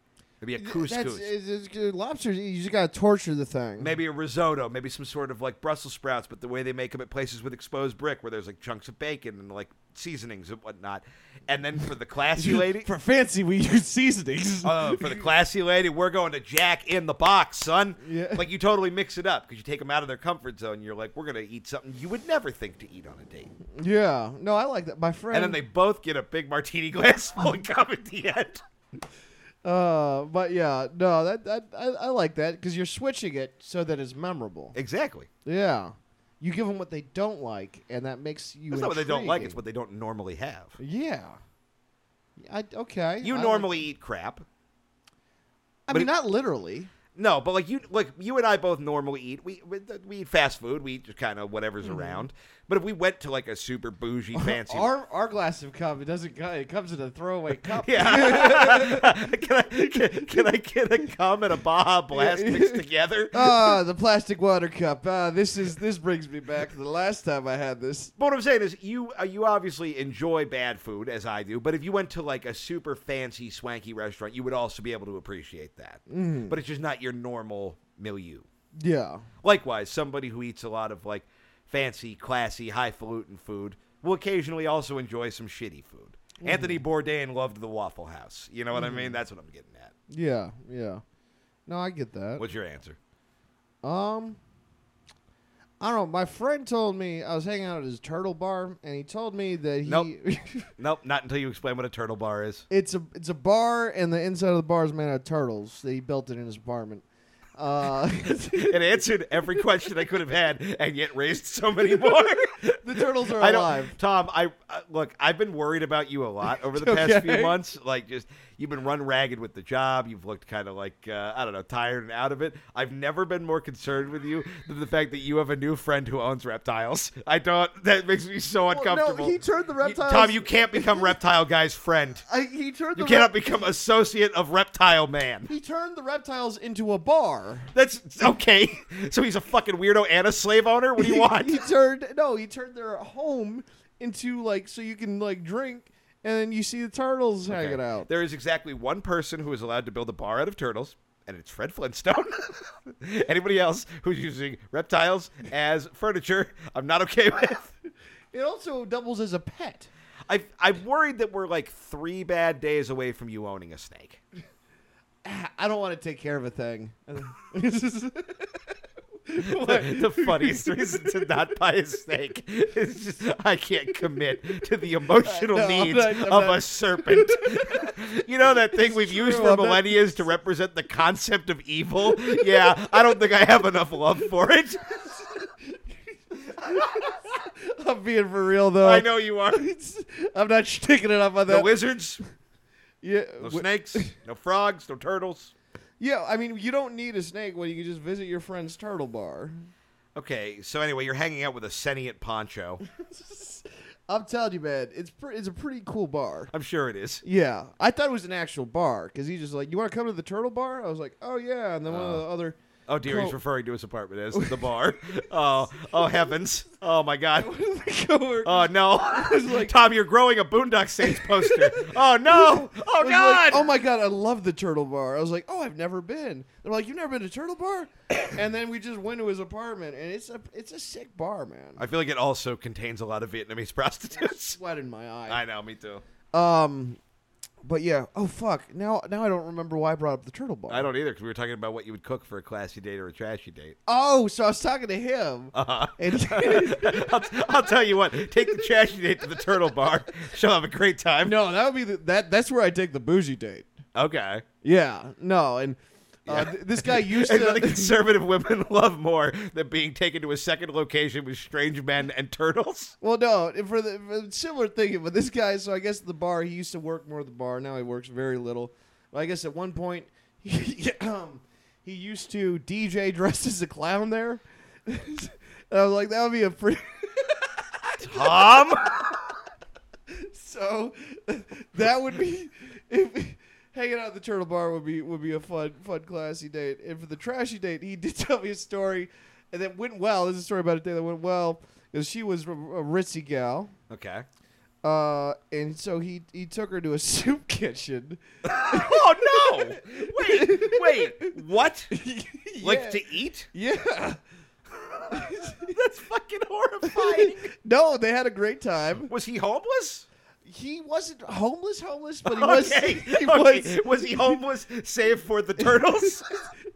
Speaker 1: Maybe a couscous.
Speaker 2: That's, it's, it's good. lobsters. You just gotta torture the thing.
Speaker 1: Maybe a risotto, maybe some sort of like Brussels sprouts, but the way they make them at places with exposed brick, where there's like chunks of bacon and like seasonings and whatnot. And then for the classy lady,
Speaker 2: For fancy, we use seasonings.
Speaker 1: uh, for the classy lady, we're going to Jack in the Box, son.
Speaker 2: Yeah.
Speaker 1: Like you totally mix it up because you take them out of their comfort zone. And you're like, we're gonna eat something you would never think to eat on a date.
Speaker 2: yeah. No, I like that. My friend.
Speaker 1: And then they both get a big martini glass full of cum at the end.
Speaker 2: Uh, but yeah, no, that, that I, I like that because you're switching it so that it's memorable.
Speaker 1: Exactly.
Speaker 2: yeah, you give them what they don't like, and that makes you.
Speaker 1: That's not what they don't like. It's
Speaker 2: intriguing.
Speaker 1: what they don't normally have.
Speaker 2: Yeah. I okay.
Speaker 1: You
Speaker 2: I like-
Speaker 1: normally eat crap.
Speaker 2: I
Speaker 1: but
Speaker 2: mean,
Speaker 1: it-
Speaker 2: not literally.
Speaker 1: No, but like you, like you and I both normally eat. We we, we eat fast food. We eat just kind of whatever's around. But if we went to like a super bougie fancy,
Speaker 2: Our our glass of cup it doesn't co- it comes in a throwaway cup.
Speaker 1: yeah, can, I, can, can I get a cum and a Baja Blast mixed together?
Speaker 2: Ah, the plastic water cup. Ah, this is this brings me back to the last time I had this.
Speaker 1: But what I'm saying is, you uh, you obviously enjoy bad food as I do. But if you went to like a super fancy, swanky restaurant, you would also be able to appreciate that. But it's just not your normal milieu.
Speaker 2: Yeah.
Speaker 1: Likewise, somebody who eats a lot of like fancy, classy, highfalutin food will occasionally also enjoy some shitty food. Anthony Bourdain loved the Waffle House. You know what I mean? That's what I'm getting at.
Speaker 2: Yeah, yeah. No, I get that.
Speaker 1: What's your answer?
Speaker 2: Um, I don't know. My friend told me I was hanging out at his turtle bar, and he told me that he
Speaker 1: Nope. Nope, not until you explain what a turtle bar is.
Speaker 2: it's a it's a bar, and the inside of the bar is made out of turtles. That he built it in his apartment. Uh,
Speaker 1: It answered every question I could have had, and yet raised so many more.
Speaker 2: the turtles are
Speaker 1: I
Speaker 2: alive.
Speaker 1: don't, Tom. I uh, look. I've been worried about you a lot over the past few
Speaker 2: Okay.
Speaker 1: months. Like, just you've been run ragged with the job. You've looked kind of like uh, I don't know, tired and out of it. I've never been more concerned with you than the fact that you have a new friend who owns reptiles. I don't. That makes me so uncomfortable.
Speaker 2: he turned the
Speaker 1: You- Tom,
Speaker 2: reptiles-
Speaker 1: you can't become reptile guy's friend.
Speaker 2: I, he turned
Speaker 1: You
Speaker 2: the
Speaker 1: cannot
Speaker 2: rep-
Speaker 1: become associate of reptile man.
Speaker 2: he turned the reptiles into a bar.
Speaker 1: That's okay. So he's a fucking weirdo and a slave owner. What do you
Speaker 2: he
Speaker 1: want?
Speaker 2: turned no, he turned their home into like so you can like drink, and then you see the turtles hanging
Speaker 1: Okay.
Speaker 2: out.
Speaker 1: There is exactly one person who is allowed to build a bar out of turtles, and it's Fred Flintstone. Anybody else who's using reptiles as furniture, I'm not okay with.
Speaker 2: It also doubles as a pet.
Speaker 1: I, I'm worried that we're like three bad days away from you owning a snake.
Speaker 2: Ah, I don't want to take care of a thing.
Speaker 1: the funniest reason to not buy a snake is just I can't commit to the emotional
Speaker 2: No, I'm
Speaker 1: needs
Speaker 2: not- I'm
Speaker 1: of
Speaker 2: not-
Speaker 1: a serpent. you know that thing we've used
Speaker 2: true,
Speaker 1: for
Speaker 2: I'm not-
Speaker 1: millennia to represent the concept of evil? Yeah, I don't think I have enough love for it.
Speaker 2: I'm being for real though.
Speaker 1: I know you are.
Speaker 2: I'm not sticking it up on
Speaker 1: No
Speaker 2: that.
Speaker 1: lizards,
Speaker 2: yeah,
Speaker 1: no
Speaker 2: w-
Speaker 1: snakes, no frogs, no turtles.
Speaker 2: yeah. I mean, you don't need a snake when you can just visit your friend's turtle bar.
Speaker 1: Okay, so anyway, you're hanging out with a sentient poncho.
Speaker 2: I'm telling you, man, it's pre- it's a pretty cool bar.
Speaker 1: I'm sure it is.
Speaker 2: Yeah, I thought it was an actual bar because he's just like, "You want to come to the Turtle Bar?" I was like, "Oh yeah," and then one of the other,
Speaker 1: Oh dear, he's
Speaker 2: Co-
Speaker 1: referring to his apartment as the bar. oh, oh heavens! Oh my god!
Speaker 2: one of the coworkers
Speaker 1: Oh no! Tom, you're growing a Boondock Saints poster. oh no! Oh
Speaker 2: was
Speaker 1: god!
Speaker 2: like, "Oh my god, I love the Turtle Bar." I was like, "Oh, I've never been." They're like, "You've never been to Turtle Bar?" and then we just went to his apartment, and it's a it's a sick bar, man.
Speaker 1: I feel like it also contains a lot of Vietnamese prostitutes.
Speaker 2: Sweat in my eye.
Speaker 1: I know, me too.
Speaker 2: Um, but yeah. Oh fuck. Now now I don't remember why I brought up the Turtle Bar.
Speaker 1: I don't either because we were talking about what you would cook for a classy date or a trashy date.
Speaker 2: Oh, so I was talking to him.
Speaker 1: Uh-huh.
Speaker 2: And
Speaker 1: I'll, I'll tell you what. Take the trashy date to the Turtle Bar. She'll have a great time.
Speaker 2: no, that would be the, that. That's where I take the bougie date.
Speaker 1: Okay.
Speaker 2: Yeah, no, and uh,
Speaker 1: Yeah.
Speaker 2: th- this guy used
Speaker 1: And the
Speaker 2: to.
Speaker 1: conservative women love more than being taken to a second location with strange men and turtles.
Speaker 2: Well, no, and for the for the similar thinking, but this guy. So I guess the bar. He used to work more at the bar. Now he works very little. But I guess at one point, he, um, he used to DJ dressed as a clown there. and I was like, that would be a pretty.
Speaker 1: Tom.
Speaker 2: so that would be if hanging out at the turtle bar would be would be a fun fun classy date and for the trashy date he did tell me a story and that went well this is a story about a day that went well because she was a, a ritzy gal
Speaker 1: Okay.
Speaker 2: uh, and so he he took her to a soup kitchen
Speaker 1: Oh no! Wait, wait. What?
Speaker 2: Yeah.
Speaker 1: Like to eat?
Speaker 2: yeah
Speaker 1: That's fucking horrifying.
Speaker 2: no they had a great time
Speaker 1: was he homeless?
Speaker 2: he wasn't homeless homeless but he was
Speaker 1: okay.
Speaker 2: he
Speaker 1: okay.
Speaker 2: was
Speaker 1: he homeless save for the turtles?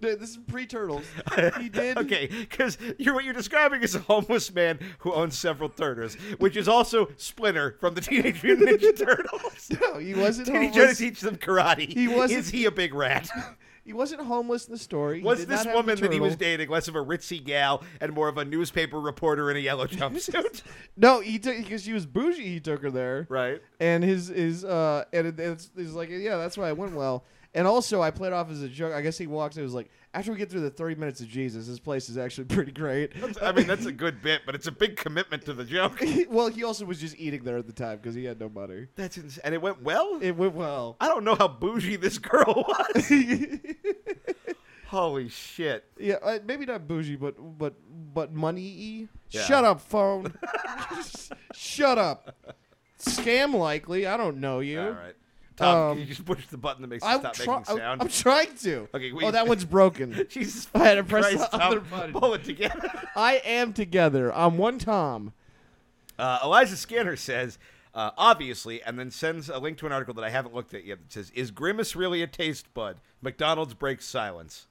Speaker 2: No, this is pre-turtles he did
Speaker 1: okay, because you're what you're describing is a homeless man who owns several turtles, which is also Splinter from the Teenage Mutant Ninja Turtles.
Speaker 2: no he wasn't
Speaker 1: Did he
Speaker 2: homeless
Speaker 1: try to teach them karate?
Speaker 2: He wasn't-
Speaker 1: Is he a big rat?
Speaker 2: He wasn't homeless in the story. He
Speaker 1: Was
Speaker 2: did
Speaker 1: this
Speaker 2: not have
Speaker 1: woman
Speaker 2: the
Speaker 1: that he was
Speaker 2: turtle.
Speaker 1: dating less of a ritzy gal and more of a newspaper reporter in a yellow jumpsuit?
Speaker 2: No, he took because she was bougie. He took her there,
Speaker 1: right.
Speaker 2: and his his uh, and it- it's, he's like, yeah, that's why it went well. And also, I played off as a joke. I guess he walks and was like, after we get through the thirty minutes of Jesus, this place is actually pretty great.
Speaker 1: That's- I mean, that's a good bit, but it's a big commitment to the joke.
Speaker 2: well, he also was just eating there at the time because he had no money.
Speaker 1: That's ins- and it went well.
Speaker 2: It went well.
Speaker 1: I don't know how bougie this girl was. Holy shit!
Speaker 2: Yeah, uh, maybe not bougie, but but but money.
Speaker 1: Yeah.
Speaker 2: Shut up, phone. Shut up. Scam likely. I don't know you.
Speaker 1: All right, Tom,
Speaker 2: Um,
Speaker 1: can you just push the button that makes
Speaker 2: I'm
Speaker 1: it stop
Speaker 2: try-
Speaker 1: making sound?
Speaker 2: I'm trying to.
Speaker 1: Okay, wait.
Speaker 2: Oh, that one's broken.
Speaker 1: Jesus
Speaker 2: I had to press
Speaker 1: Christ,
Speaker 2: the
Speaker 1: Tom,
Speaker 2: other button.
Speaker 1: pull it together.
Speaker 2: I am together. I'm one Tom.
Speaker 1: Uh, Eliza Skinner says, uh, obviously, and then sends a link to an article that I haven't looked at yet that says, Is Grimace really a taste bud? McDonald's breaks silence.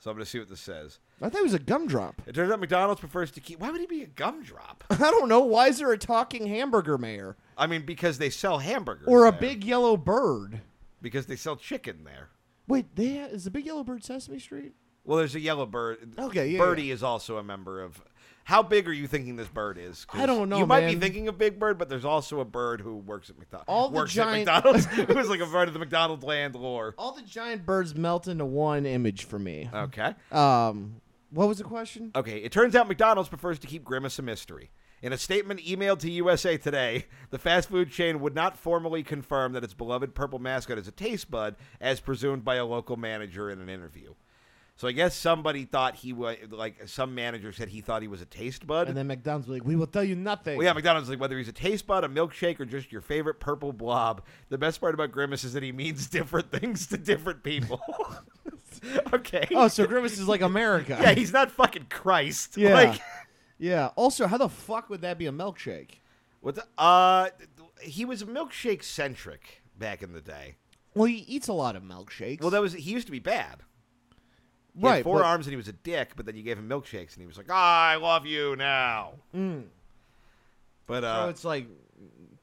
Speaker 1: So I'm going to see what this says.
Speaker 2: I thought it was a gumdrop.
Speaker 1: It turns out McDonald's prefers to keep. Why would he be a gumdrop?
Speaker 2: I don't know. Why is there a talking hamburger mayor
Speaker 1: I mean, because they sell hamburgers.
Speaker 2: or a
Speaker 1: there.
Speaker 2: big yellow bird?
Speaker 1: Because they sell chicken there.
Speaker 2: Wait, they ha- is the big yellow bird Sesame Street?
Speaker 1: Well, there's a yellow bird.
Speaker 2: Okay, yeah,
Speaker 1: Birdie is also a member of. How big are you thinking this bird is? 'Cause
Speaker 2: I don't know,
Speaker 1: You might be
Speaker 2: man.
Speaker 1: thinking of Big Bird, but there's also a bird who works at McDonald's.
Speaker 2: All the
Speaker 1: works
Speaker 2: giant-
Speaker 1: at McDonald's. who's like a part of the McDonald land lore.
Speaker 2: All the giant birds melt into one image for me.
Speaker 1: Okay.
Speaker 2: Um, what was the question?
Speaker 1: Okay, it turns out McDonald's prefers to keep Grimace a mystery. In a statement emailed to USA Today, the fast food chain would not formally confirm that its beloved purple mascot is a taste bud, as presumed by a local manager in an interview. So I guess somebody thought he was like some manager said he thought he was a taste bud.
Speaker 2: And then McDonald's was like, "We will tell you nothing."
Speaker 1: well, yeah, McDonald's like whether he's a taste bud, a milkshake, or just your favorite purple blob. The best part about Grimace is that he means different things to different people. okay.
Speaker 2: oh, so Grimace is like America.
Speaker 1: yeah, he's not fucking Christ.
Speaker 2: yeah.
Speaker 1: Like,
Speaker 2: Yeah. Also, how the fuck would that be a milkshake?
Speaker 1: What the, uh, he was milkshake centric back in the day.
Speaker 2: Well, he eats a lot of milkshakes.
Speaker 1: Well, that was he used to be bad. He
Speaker 2: right.
Speaker 1: had four
Speaker 2: but-
Speaker 1: arms and he was a dick, but then you gave him milkshakes and he was like, "Ah, "I love you now." But uh,
Speaker 2: Mm. so it's like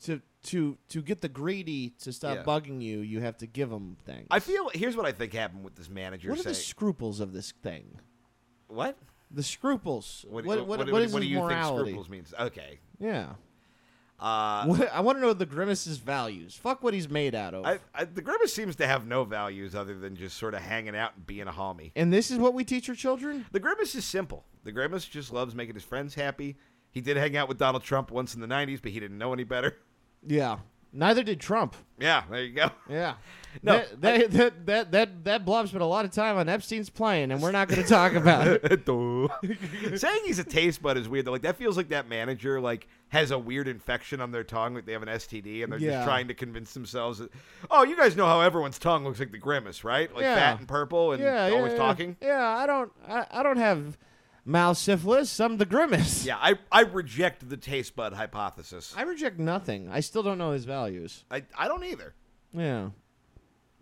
Speaker 2: to to to get the greedy to stop
Speaker 1: Yeah.
Speaker 2: bugging you, you have to give them things.
Speaker 1: I feel here's what I think happened with this manager.
Speaker 2: what are the
Speaker 1: saying,
Speaker 2: scruples of this thing?
Speaker 1: what?
Speaker 2: The scruples. What what what,
Speaker 1: what
Speaker 2: is
Speaker 1: do
Speaker 2: his
Speaker 1: you
Speaker 2: morality?
Speaker 1: think scruples means? Okay.
Speaker 2: yeah.
Speaker 1: Uh,
Speaker 2: What- I want to know the Grimace's values. Fuck what he's made out of.
Speaker 1: I, I, the Grimace seems to have no values other than just sort of hanging out and being a homie.
Speaker 2: and this is what we teach our children.
Speaker 1: The Grimace is simple. The Grimace just loves making his friends happy. He did hang out with Donald Trump once in the 90s, but he didn't know any better.
Speaker 2: Yeah. Neither did Trump.
Speaker 1: Yeah, there you go.
Speaker 2: Yeah.
Speaker 1: No,
Speaker 2: that, that, that that that that blob spent a lot of time on Epstein's plane, and we're not going to talk about it.
Speaker 1: Saying he's a taste bud is weird though. Like that feels like that manager like has a weird infection on their tongue, like they have an STD, and they're
Speaker 2: Yeah.
Speaker 1: just trying to convince themselves that, oh, you guys know how everyone's tongue looks like the grimace, right? Like
Speaker 2: Yeah.
Speaker 1: fat and purple and
Speaker 2: Yeah, yeah,
Speaker 1: always
Speaker 2: yeah.
Speaker 1: talking.
Speaker 2: Yeah, I don't, I, I don't have mouth syphilis. I'm the grimace.
Speaker 1: Yeah, I I reject the taste bud hypothesis.
Speaker 2: I reject nothing. I still don't know his values.
Speaker 1: I I don't either.
Speaker 2: Yeah.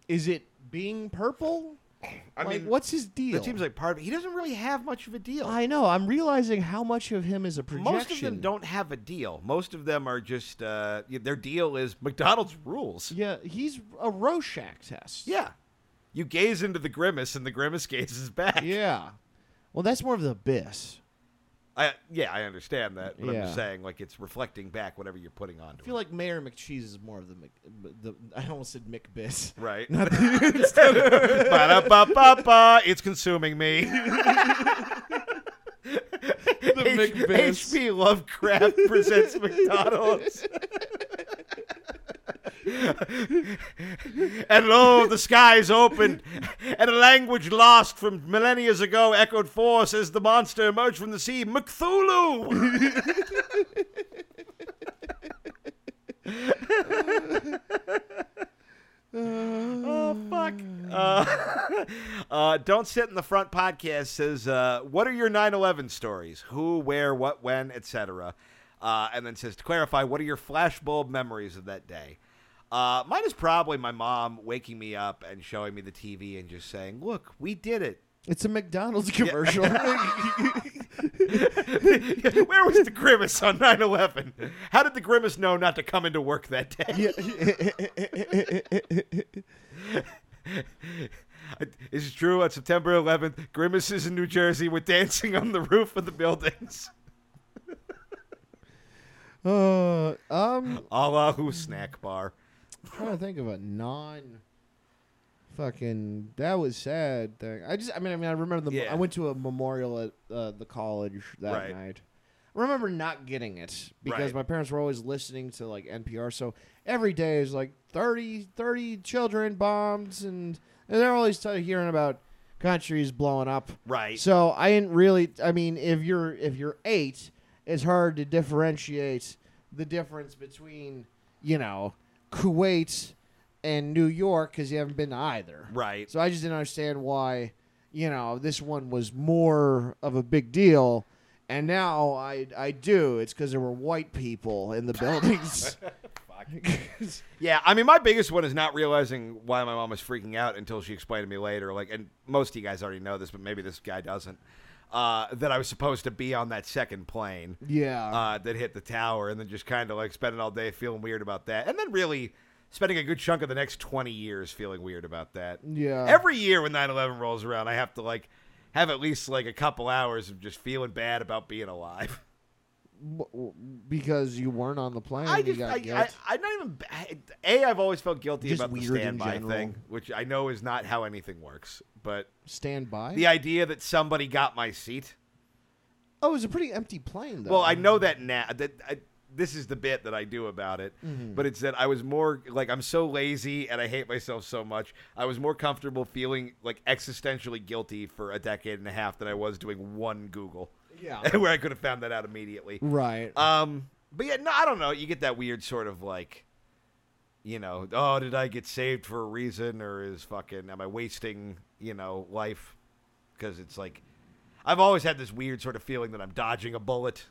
Speaker 2: Is it being purple?
Speaker 1: I
Speaker 2: like,
Speaker 1: mean,
Speaker 2: what's his deal?
Speaker 1: That seems like part of it. He doesn't really have much of a deal.
Speaker 2: I know. I'm realizing how much of him is a projection.
Speaker 1: Most of them don't have a deal. Most of them are just uh, their deal is McDonald's rules.
Speaker 2: Yeah, he's a Rorschach test.
Speaker 1: Yeah. You gaze into the grimace and the grimace gazes back.
Speaker 2: Yeah. Well, that's more of the abyss.
Speaker 1: I, yeah, I understand that, but I'm just
Speaker 2: Yeah.
Speaker 1: saying, like, it's reflecting back whatever you're putting onto
Speaker 2: I feel like Mayor McCheese is more of the, Mc, the I almost said McBiss.
Speaker 1: it. Right. Ba-da-ba-ba-ba, it's consuming me. H-
Speaker 3: McBiss.
Speaker 1: H.P. Lovecraft presents McDonald's. and lo, the skies opened, and a language lost from millennia ago echoed forth as the monster emerged from the sea. McThulu! Oh fuck! Uh, uh, don't sit in the front. Podcast says, uh, "What are your 9/11 stories? Who, where, what, when, etc." Uh, and then says to clarify, "What are your flashbulb memories of that day?" Uh, mine is probably my mom waking me up and showing me the TV and just saying, "Look, we did it."
Speaker 2: It's a McDonald's commercial.
Speaker 1: where was the grimace on 9/11? How did the grimace know not to come into work that day? It's true. On September 11th, Grimace is in New Jersey with dancing on the roof of the buildings.
Speaker 2: uh, um,
Speaker 1: A la Who Snack Bar.
Speaker 2: trying to think of a non fucking that was sad thing. I just I mean I mean I remember the
Speaker 1: Yeah.
Speaker 2: I went to a memorial at uh, the college that
Speaker 1: Right.
Speaker 2: night. I remember not getting it because
Speaker 1: Right.
Speaker 2: my parents were always listening to like NPR. So every day is like 30, 30 children bombed and and they're always t- hearing about countries blowing up.
Speaker 1: Right.
Speaker 2: So I didn't really. I mean, if you're if you're eight, it's hard to differentiate the difference between you know Kuwait and New York because you haven't been to either.
Speaker 1: Right.
Speaker 2: So I just didn't understand why you know this one was more of a big deal, And now I I do. It's because there were white people in the buildings.
Speaker 1: Yeah, I mean, my biggest one is not realizing why my mom was freaking out until she explained to me later. Like, and most of you guys already know this, but maybe this guy doesn't. Uh, that I was supposed to be on that second plane.
Speaker 2: Yeah.
Speaker 1: Uh, that hit the tower, and then just kind of like spending all day feeling weird about that, and then really spending a good chunk of the next twenty years feeling weird about that.
Speaker 2: Yeah.
Speaker 1: Every year when 9-11 rolls around, I have to like have at least like a couple hours of just feeling bad about being alive.
Speaker 2: W- w- because you weren't on the plane.
Speaker 1: I
Speaker 2: you
Speaker 1: just,
Speaker 2: got
Speaker 1: I, I,
Speaker 2: guilt.
Speaker 1: I'm not even. I- A, I've always felt guilty
Speaker 2: Just
Speaker 1: about the
Speaker 2: weird in
Speaker 1: standby
Speaker 2: general.
Speaker 1: thing, which I know is not how anything works. But
Speaker 2: Stand by.
Speaker 1: the idea that somebody got my seat.
Speaker 2: Oh, it was a pretty empty plane, though.
Speaker 1: Well, I know that now. That I, this is the bit that I do about it,
Speaker 2: Mm-hmm.
Speaker 1: but it's that I was more like I'm so lazy and I hate myself so much. I was more comfortable feeling like existentially guilty for a decade and a half than I was doing one Google.
Speaker 2: Yeah.
Speaker 1: where I could have found that out immediately.
Speaker 2: Right.
Speaker 1: Um, but yeah, no, I don't know. You get that weird sort of like, you know, oh, did I get saved for a reason, or is fucking am I wasting you know life? Because it's like, I've always had this weird sort of feeling that I'm dodging a bullet.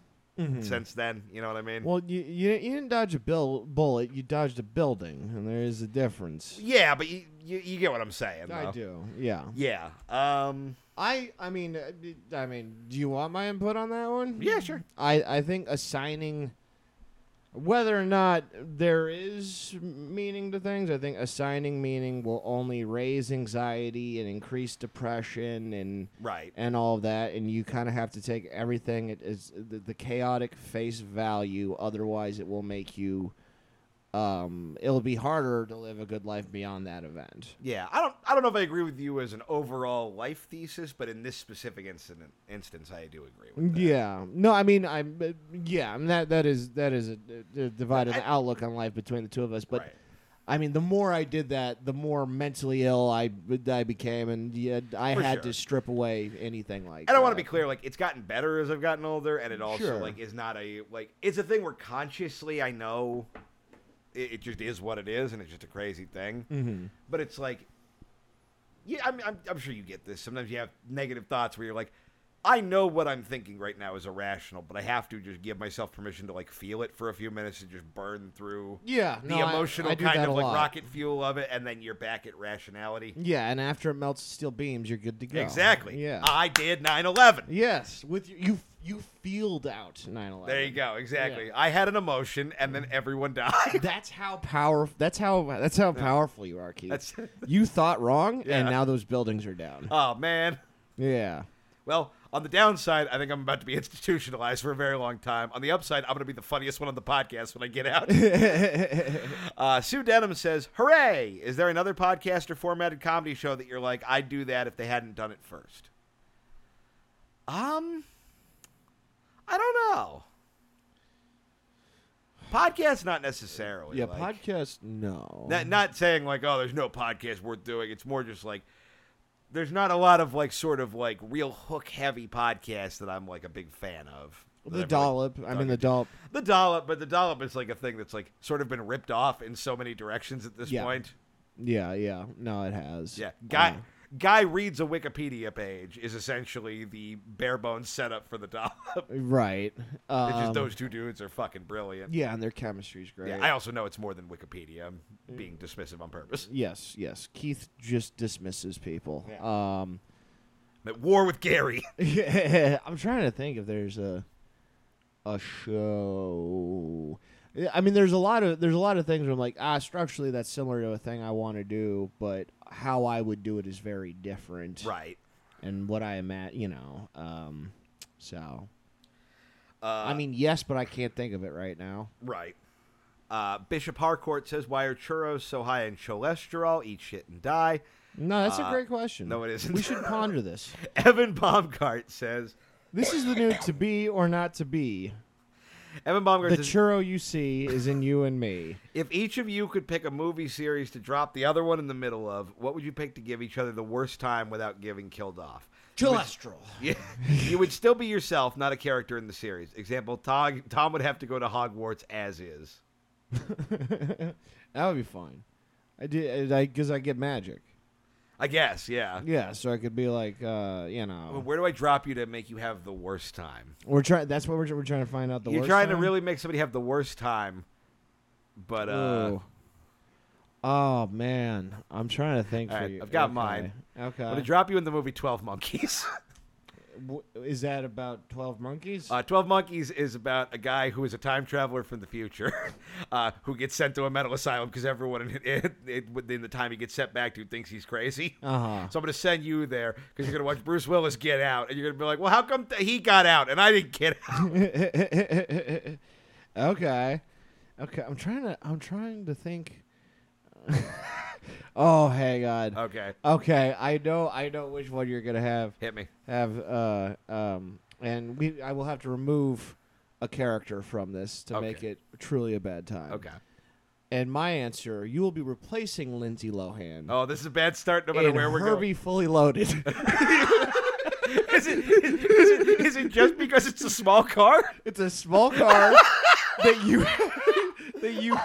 Speaker 1: Since then, you know what I mean?
Speaker 2: Mm-hmm. well, you, you you didn't dodge a bill, bullet. You dodged a building, and there is a difference.
Speaker 1: yeah, but you, you you get what I'm saying.
Speaker 2: I
Speaker 1: though.
Speaker 2: do. Yeah.
Speaker 1: Yeah. Um.
Speaker 2: I I mean uh, d- I mean, do you want my input on that one?
Speaker 1: Yeah, sure.
Speaker 2: I I think assigning whether or not there is meaning to things, I think assigning meaning will only raise anxiety and increase depression and
Speaker 1: Right.
Speaker 2: and all of that and you kind of have to take everything it is the, the chaotic face value otherwise it will make you um it'll be harder to live a good life beyond that event.
Speaker 1: Yeah. I don't. I don't know if I agree with you as an overall life thesis, but in this specific incident instance, I do agree with. That.
Speaker 2: Yeah. No, I mean, I'm. uh, Yeah, I mean that that is that is a, a divided outlook on life between the two of us. But
Speaker 1: Right.
Speaker 2: I mean, the more I did that, the more mentally ill I I became, and yeah, I
Speaker 1: For
Speaker 2: had
Speaker 1: sure.
Speaker 2: to strip away anything like.
Speaker 1: and I want to
Speaker 2: that.
Speaker 1: be clear, like it's gotten better as I've gotten older, and it also
Speaker 2: Sure.
Speaker 1: like is not a like it's a thing where consciously I know it, it just is what it is, and it's just a crazy thing. Mm-hmm. But it's like, yeah, I'm, I'm I'm sure you get this. Sometimes you have negative thoughts where you're like, I know what I'm thinking right now is irrational, but I have to just give myself permission to like feel it for a few minutes and just burn through
Speaker 2: Yeah,
Speaker 1: the
Speaker 2: no, I-
Speaker 1: emotional
Speaker 2: I do
Speaker 1: kind
Speaker 2: that
Speaker 1: of
Speaker 2: a
Speaker 1: like
Speaker 2: lot.
Speaker 1: rocket fuel of it, and then you're back at rationality.
Speaker 2: Yeah, and after it melts steel beams, you're good to go.
Speaker 1: Exactly. Uh,
Speaker 2: Yeah.
Speaker 1: I did 9/11.
Speaker 2: yes, with you, you you feeled out 9/11.
Speaker 1: There you go. Exactly.
Speaker 2: Yeah.
Speaker 1: I had an emotion, and then everyone died.
Speaker 2: That's how powerful. That's how. That's how powerful you are, Keith.
Speaker 1: That's-
Speaker 2: you thought wrong,
Speaker 1: Yeah.
Speaker 2: and now those buildings are down.
Speaker 1: oh man.
Speaker 2: Yeah.
Speaker 1: Well, on the downside, I think I'm about to be institutionalized for a very long time. On the upside, I'm going to be the funniest one on the podcast when I get out. uh, Sue Denham says, "Hooray! Is there another podcast or formatted comedy show that you're like, I'd do that if they hadn't done it first? Um, I don't know. Podcasts, not necessarily.
Speaker 2: Yeah,
Speaker 1: like-
Speaker 2: podcast. No.
Speaker 1: Not, not saying like, oh, there's no podcast worth doing. It's more just like there's not a lot of like sort of like real hook heavy podcasts that I'm like a big fan of. that I've
Speaker 2: the
Speaker 1: really
Speaker 2: dollop. I
Speaker 1: dug
Speaker 2: mean the
Speaker 1: into.
Speaker 2: dollop.
Speaker 1: the dollop, but the dollop is like a thing that's like sort of been ripped off in so many directions at this
Speaker 2: Yeah.
Speaker 1: point.
Speaker 2: Yeah, yeah. No, it has.
Speaker 1: Yeah, guy.
Speaker 2: Uh,
Speaker 1: Guy reads a Wikipedia page is essentially the bare bones setup for the dollop.
Speaker 2: right. Um,
Speaker 1: It's just those two dudes are fucking brilliant.
Speaker 2: Yeah, and their chemistry's great.
Speaker 1: Yeah, I also know it's more than Wikipedia. I'm being dismissive on purpose.
Speaker 2: yes, yes. Keith just dismisses people. Um,
Speaker 1: I'm at war with Gary.
Speaker 2: I'm trying to think if there's a a show. Yeah, I mean, there's a lot of there's a lot of things where I'm like, ah, structurally that's similar to a thing I want to do, but how I would do it is very different.
Speaker 1: right.
Speaker 2: And what I imagine, you know. Um, so
Speaker 1: Uh,
Speaker 2: I mean, yes, but I can't think of it right now.
Speaker 1: Right. Uh, Bishop Harcourt says, "Why are churros so high in cholesterol? Eat shit and die."
Speaker 2: No, that's
Speaker 1: Uh,
Speaker 2: a great question.
Speaker 1: no, it isn't.
Speaker 2: We should ponder this.
Speaker 1: Evan Baumgart says,
Speaker 2: This is the new to be or not to be.
Speaker 1: "Evan Baumgart
Speaker 2: The
Speaker 1: says,
Speaker 2: churro you see is in you and me.
Speaker 1: if each of you could pick a movie series to drop the other one in the middle of, what would you pick to give each other the worst time without giving killed off?"
Speaker 2: Cholesterol.
Speaker 1: Yeah, you would still be yourself, not a character in the series. Example: Tom, Tom would have to go to Hogwarts as is.
Speaker 2: uh, that would be fun. I do because I, 'cause I get magic.
Speaker 1: I I guess, yeah.
Speaker 2: Yeah, so I could be like, uh, you
Speaker 1: I mean,
Speaker 2: know,
Speaker 1: Where do I drop you to make you have the worst time?
Speaker 2: we're trying. That's what we're, we're trying to find out. The
Speaker 1: You're
Speaker 2: worst
Speaker 1: trying to
Speaker 2: time?
Speaker 1: really make somebody have the worst time, but uh,
Speaker 2: Ooh. oh man, I'm trying to think.
Speaker 1: All
Speaker 2: for
Speaker 1: right,
Speaker 2: you.
Speaker 1: I've got
Speaker 2: Okay.
Speaker 1: mine.
Speaker 2: Okay.
Speaker 1: I'm gonna drop you in the movie Twelve Monkeys.
Speaker 2: W- Is that about Twelve Monkeys?
Speaker 1: Uh, Twelve Monkeys is about a guy who is a time traveler from the future, uh, who gets sent to a mental asylum because everyone in, in, in, within the time he gets sent back to thinks he's crazy.
Speaker 2: Uh-huh.
Speaker 1: So I'm gonna send you there because you're gonna watch Bruce Willis get out, and you're gonna be like, "Well, how come th- he got out and I didn't get out?"
Speaker 2: okay. Okay, I'm trying to I'm trying to think. oh, hey God.
Speaker 1: Okay,
Speaker 2: Okay, I know I know which one you're going to have
Speaker 1: hit me.
Speaker 2: have uh um and we I will have to remove a character from this to make
Speaker 1: Okay.
Speaker 2: it truly a bad time.
Speaker 1: Okay.
Speaker 2: And my answer, you will be replacing Lindsay Lohan.
Speaker 1: Oh, this is a bad start. No matter
Speaker 2: in
Speaker 1: where we're
Speaker 2: Herbie Fully Loaded.
Speaker 1: going, is it, is, it, is it just because it's a small car?
Speaker 2: it's a small car that you that you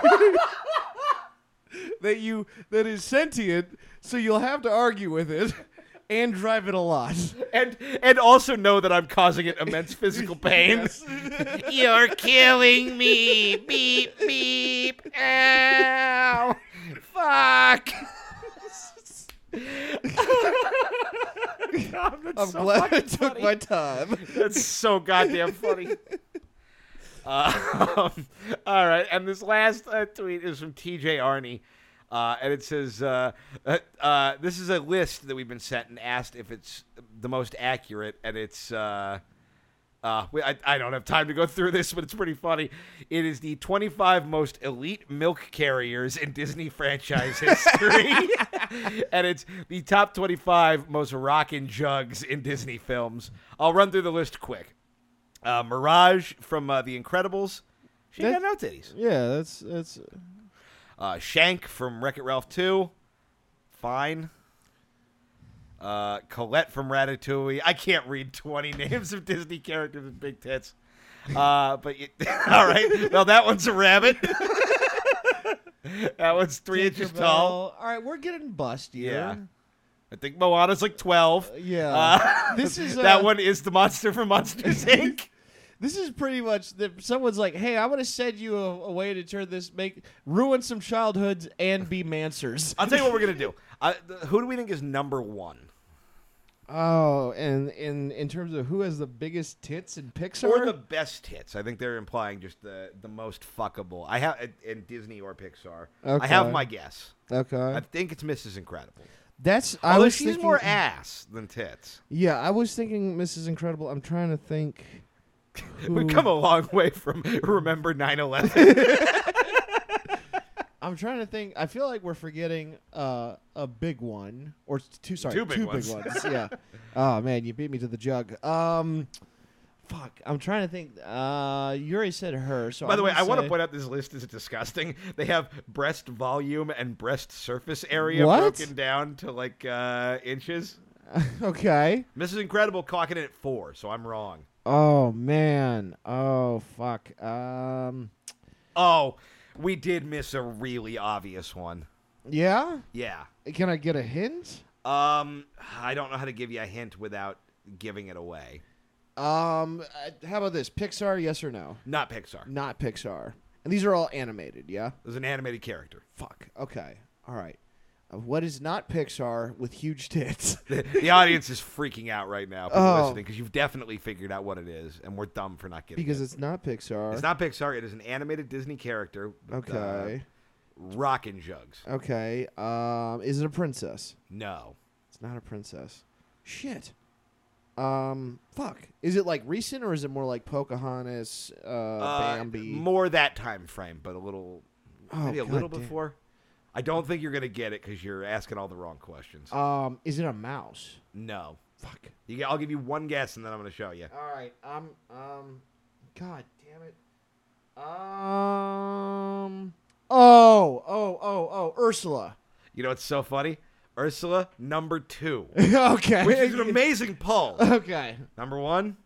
Speaker 2: that you that is sentient, so you'll have to argue with it and drive it a lot.
Speaker 1: and and also know that I'm causing it immense physical pain. You're killing me. Beep beep. Ow. Fuck. God, that's
Speaker 2: I'm
Speaker 1: so
Speaker 2: glad I
Speaker 1: fucking
Speaker 2: took
Speaker 1: funny.
Speaker 2: my time.
Speaker 1: That's so goddamn funny. Uh, um, all right, and this last uh, tweet is from TJ Arney, uh, and it says, uh, uh, uh, "This is a list that we've been sent and asked if it's the most accurate, and it's." Uh, uh, we- I, I don't have time to go through this, but it's pretty funny. It is the 25 most elite milk carriers in Disney franchise history. and it's the top 25 most rockin' jugs in Disney films. I'll run through the list quick. Uh, Mirage from uh, The Incredibles. She ain't got no titties.
Speaker 2: Yeah, that's that's
Speaker 1: Uh, Shank from Wreck It Ralph 2. Fine. Uh, Colette from Ratatouille. I can't read 20 names of Disney characters with big tits. Uh, but you, all right. Well, that one's a rabbit. that one's three inches tall.
Speaker 2: All right, we're getting bust here.
Speaker 1: I think Moana's like 12.
Speaker 2: Yeah.
Speaker 1: Uh,
Speaker 2: this is uh,
Speaker 1: that one is the monster from Monsters Inc.
Speaker 2: This is pretty much the, someone's like, "Hey, I'm going to send you a, a way to turn this make ruin some childhoods and be mansers."
Speaker 1: I'll tell you what we're gonna do. Uh, th- who do we think is number one?
Speaker 2: Oh, and in in terms of who has the biggest tits in Pixar,
Speaker 1: or the best hits. I think they're implying just the the most fuckable. I have in Disney or Pixar. I
Speaker 2: Okay.
Speaker 1: have my guess. I
Speaker 2: okay,
Speaker 1: think it's Mrs. Incredible.
Speaker 2: that's I
Speaker 1: Although
Speaker 2: was
Speaker 1: she's
Speaker 2: thinking,
Speaker 1: more ass than tits.
Speaker 2: Yeah, I was thinking Mrs. Incredible. I'm trying to think.
Speaker 1: We've
Speaker 2: who-
Speaker 1: come a long way from remember 9/11.
Speaker 2: I'm trying to think. I feel like we're forgetting uh, a big one or s- two. Sorry,
Speaker 1: Two big ones.
Speaker 2: yeah. Oh man, you beat me to the jug. Um, fuck. I'm trying to think. Uh, you already said her. So
Speaker 1: By the
Speaker 2: I'm
Speaker 1: way,
Speaker 2: gonna
Speaker 1: I want to
Speaker 2: say-
Speaker 1: point out this list is disgusting. They have breast volume and breast surface area
Speaker 2: What?
Speaker 1: broken down to like uh, inches.
Speaker 2: okay.
Speaker 1: Mrs. Incredible clocking it at four, so I'm wrong.
Speaker 2: Oh man. Oh fuck. Um.
Speaker 1: Oh, we did miss a really obvious one.
Speaker 2: Yeah.
Speaker 1: Yeah.
Speaker 2: Can I get a hint?
Speaker 1: Um, I don't know how to give you a hint without giving it away.
Speaker 2: Um. uh, How about this? Pixar? Yes or no?
Speaker 1: Not Pixar.
Speaker 2: Not Pixar. And these are all animated. Yeah.
Speaker 1: It was an animated character.
Speaker 2: Fuck. Okay. All right. Uh, What is not Pixar with huge tits?
Speaker 1: The audience is freaking out right now, people
Speaker 2: Oh.
Speaker 1: listening, because you've definitely figured out what it is, and we're dumb for not getting
Speaker 2: because
Speaker 1: it.
Speaker 2: it's not Pixar.
Speaker 1: It's not Pixar. It is an animated Disney character. With,
Speaker 2: okay.
Speaker 1: Uh, rockin' jugs.
Speaker 2: okay. Um, is it a princess?
Speaker 1: No.
Speaker 2: It's not a princess. Shit. Um, fuck. Is it like recent or is it more like Pocahontas, uh,
Speaker 1: Uh,
Speaker 2: Bambi?
Speaker 1: More that time frame, but a little,
Speaker 2: Oh,
Speaker 1: maybe a little
Speaker 2: goddamn.
Speaker 1: before. I don't think you're gonna get it because you're asking all the wrong questions.
Speaker 2: um, is it a mouse?
Speaker 1: no.
Speaker 2: Fuck.
Speaker 1: You, I'll give you one guess, and then I'm gonna show you.
Speaker 2: All right. Um. Um. God damn it. Um. Oh. Oh. Oh. Oh. Ursula.
Speaker 1: You know what's so funny? Ursula, number two,
Speaker 2: okay.
Speaker 1: which is an amazing pull.
Speaker 2: okay.
Speaker 1: Number one,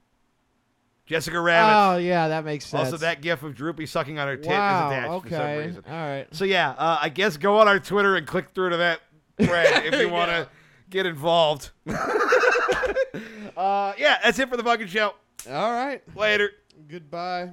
Speaker 1: Jessica
Speaker 2: Oh
Speaker 1: Rabbit.
Speaker 2: yeah, that makes sense.
Speaker 1: also, that gif of Droopy sucking on her tit
Speaker 2: Oh, wow.
Speaker 1: is attached
Speaker 2: okay.
Speaker 1: for some reason.
Speaker 2: All right.
Speaker 1: So yeah, uh, I guess go on our Twitter and click through to that thread if you want to Get involved. uh, yeah, that's it for the fucking show.
Speaker 2: All right.
Speaker 1: Later.
Speaker 2: Goodbye.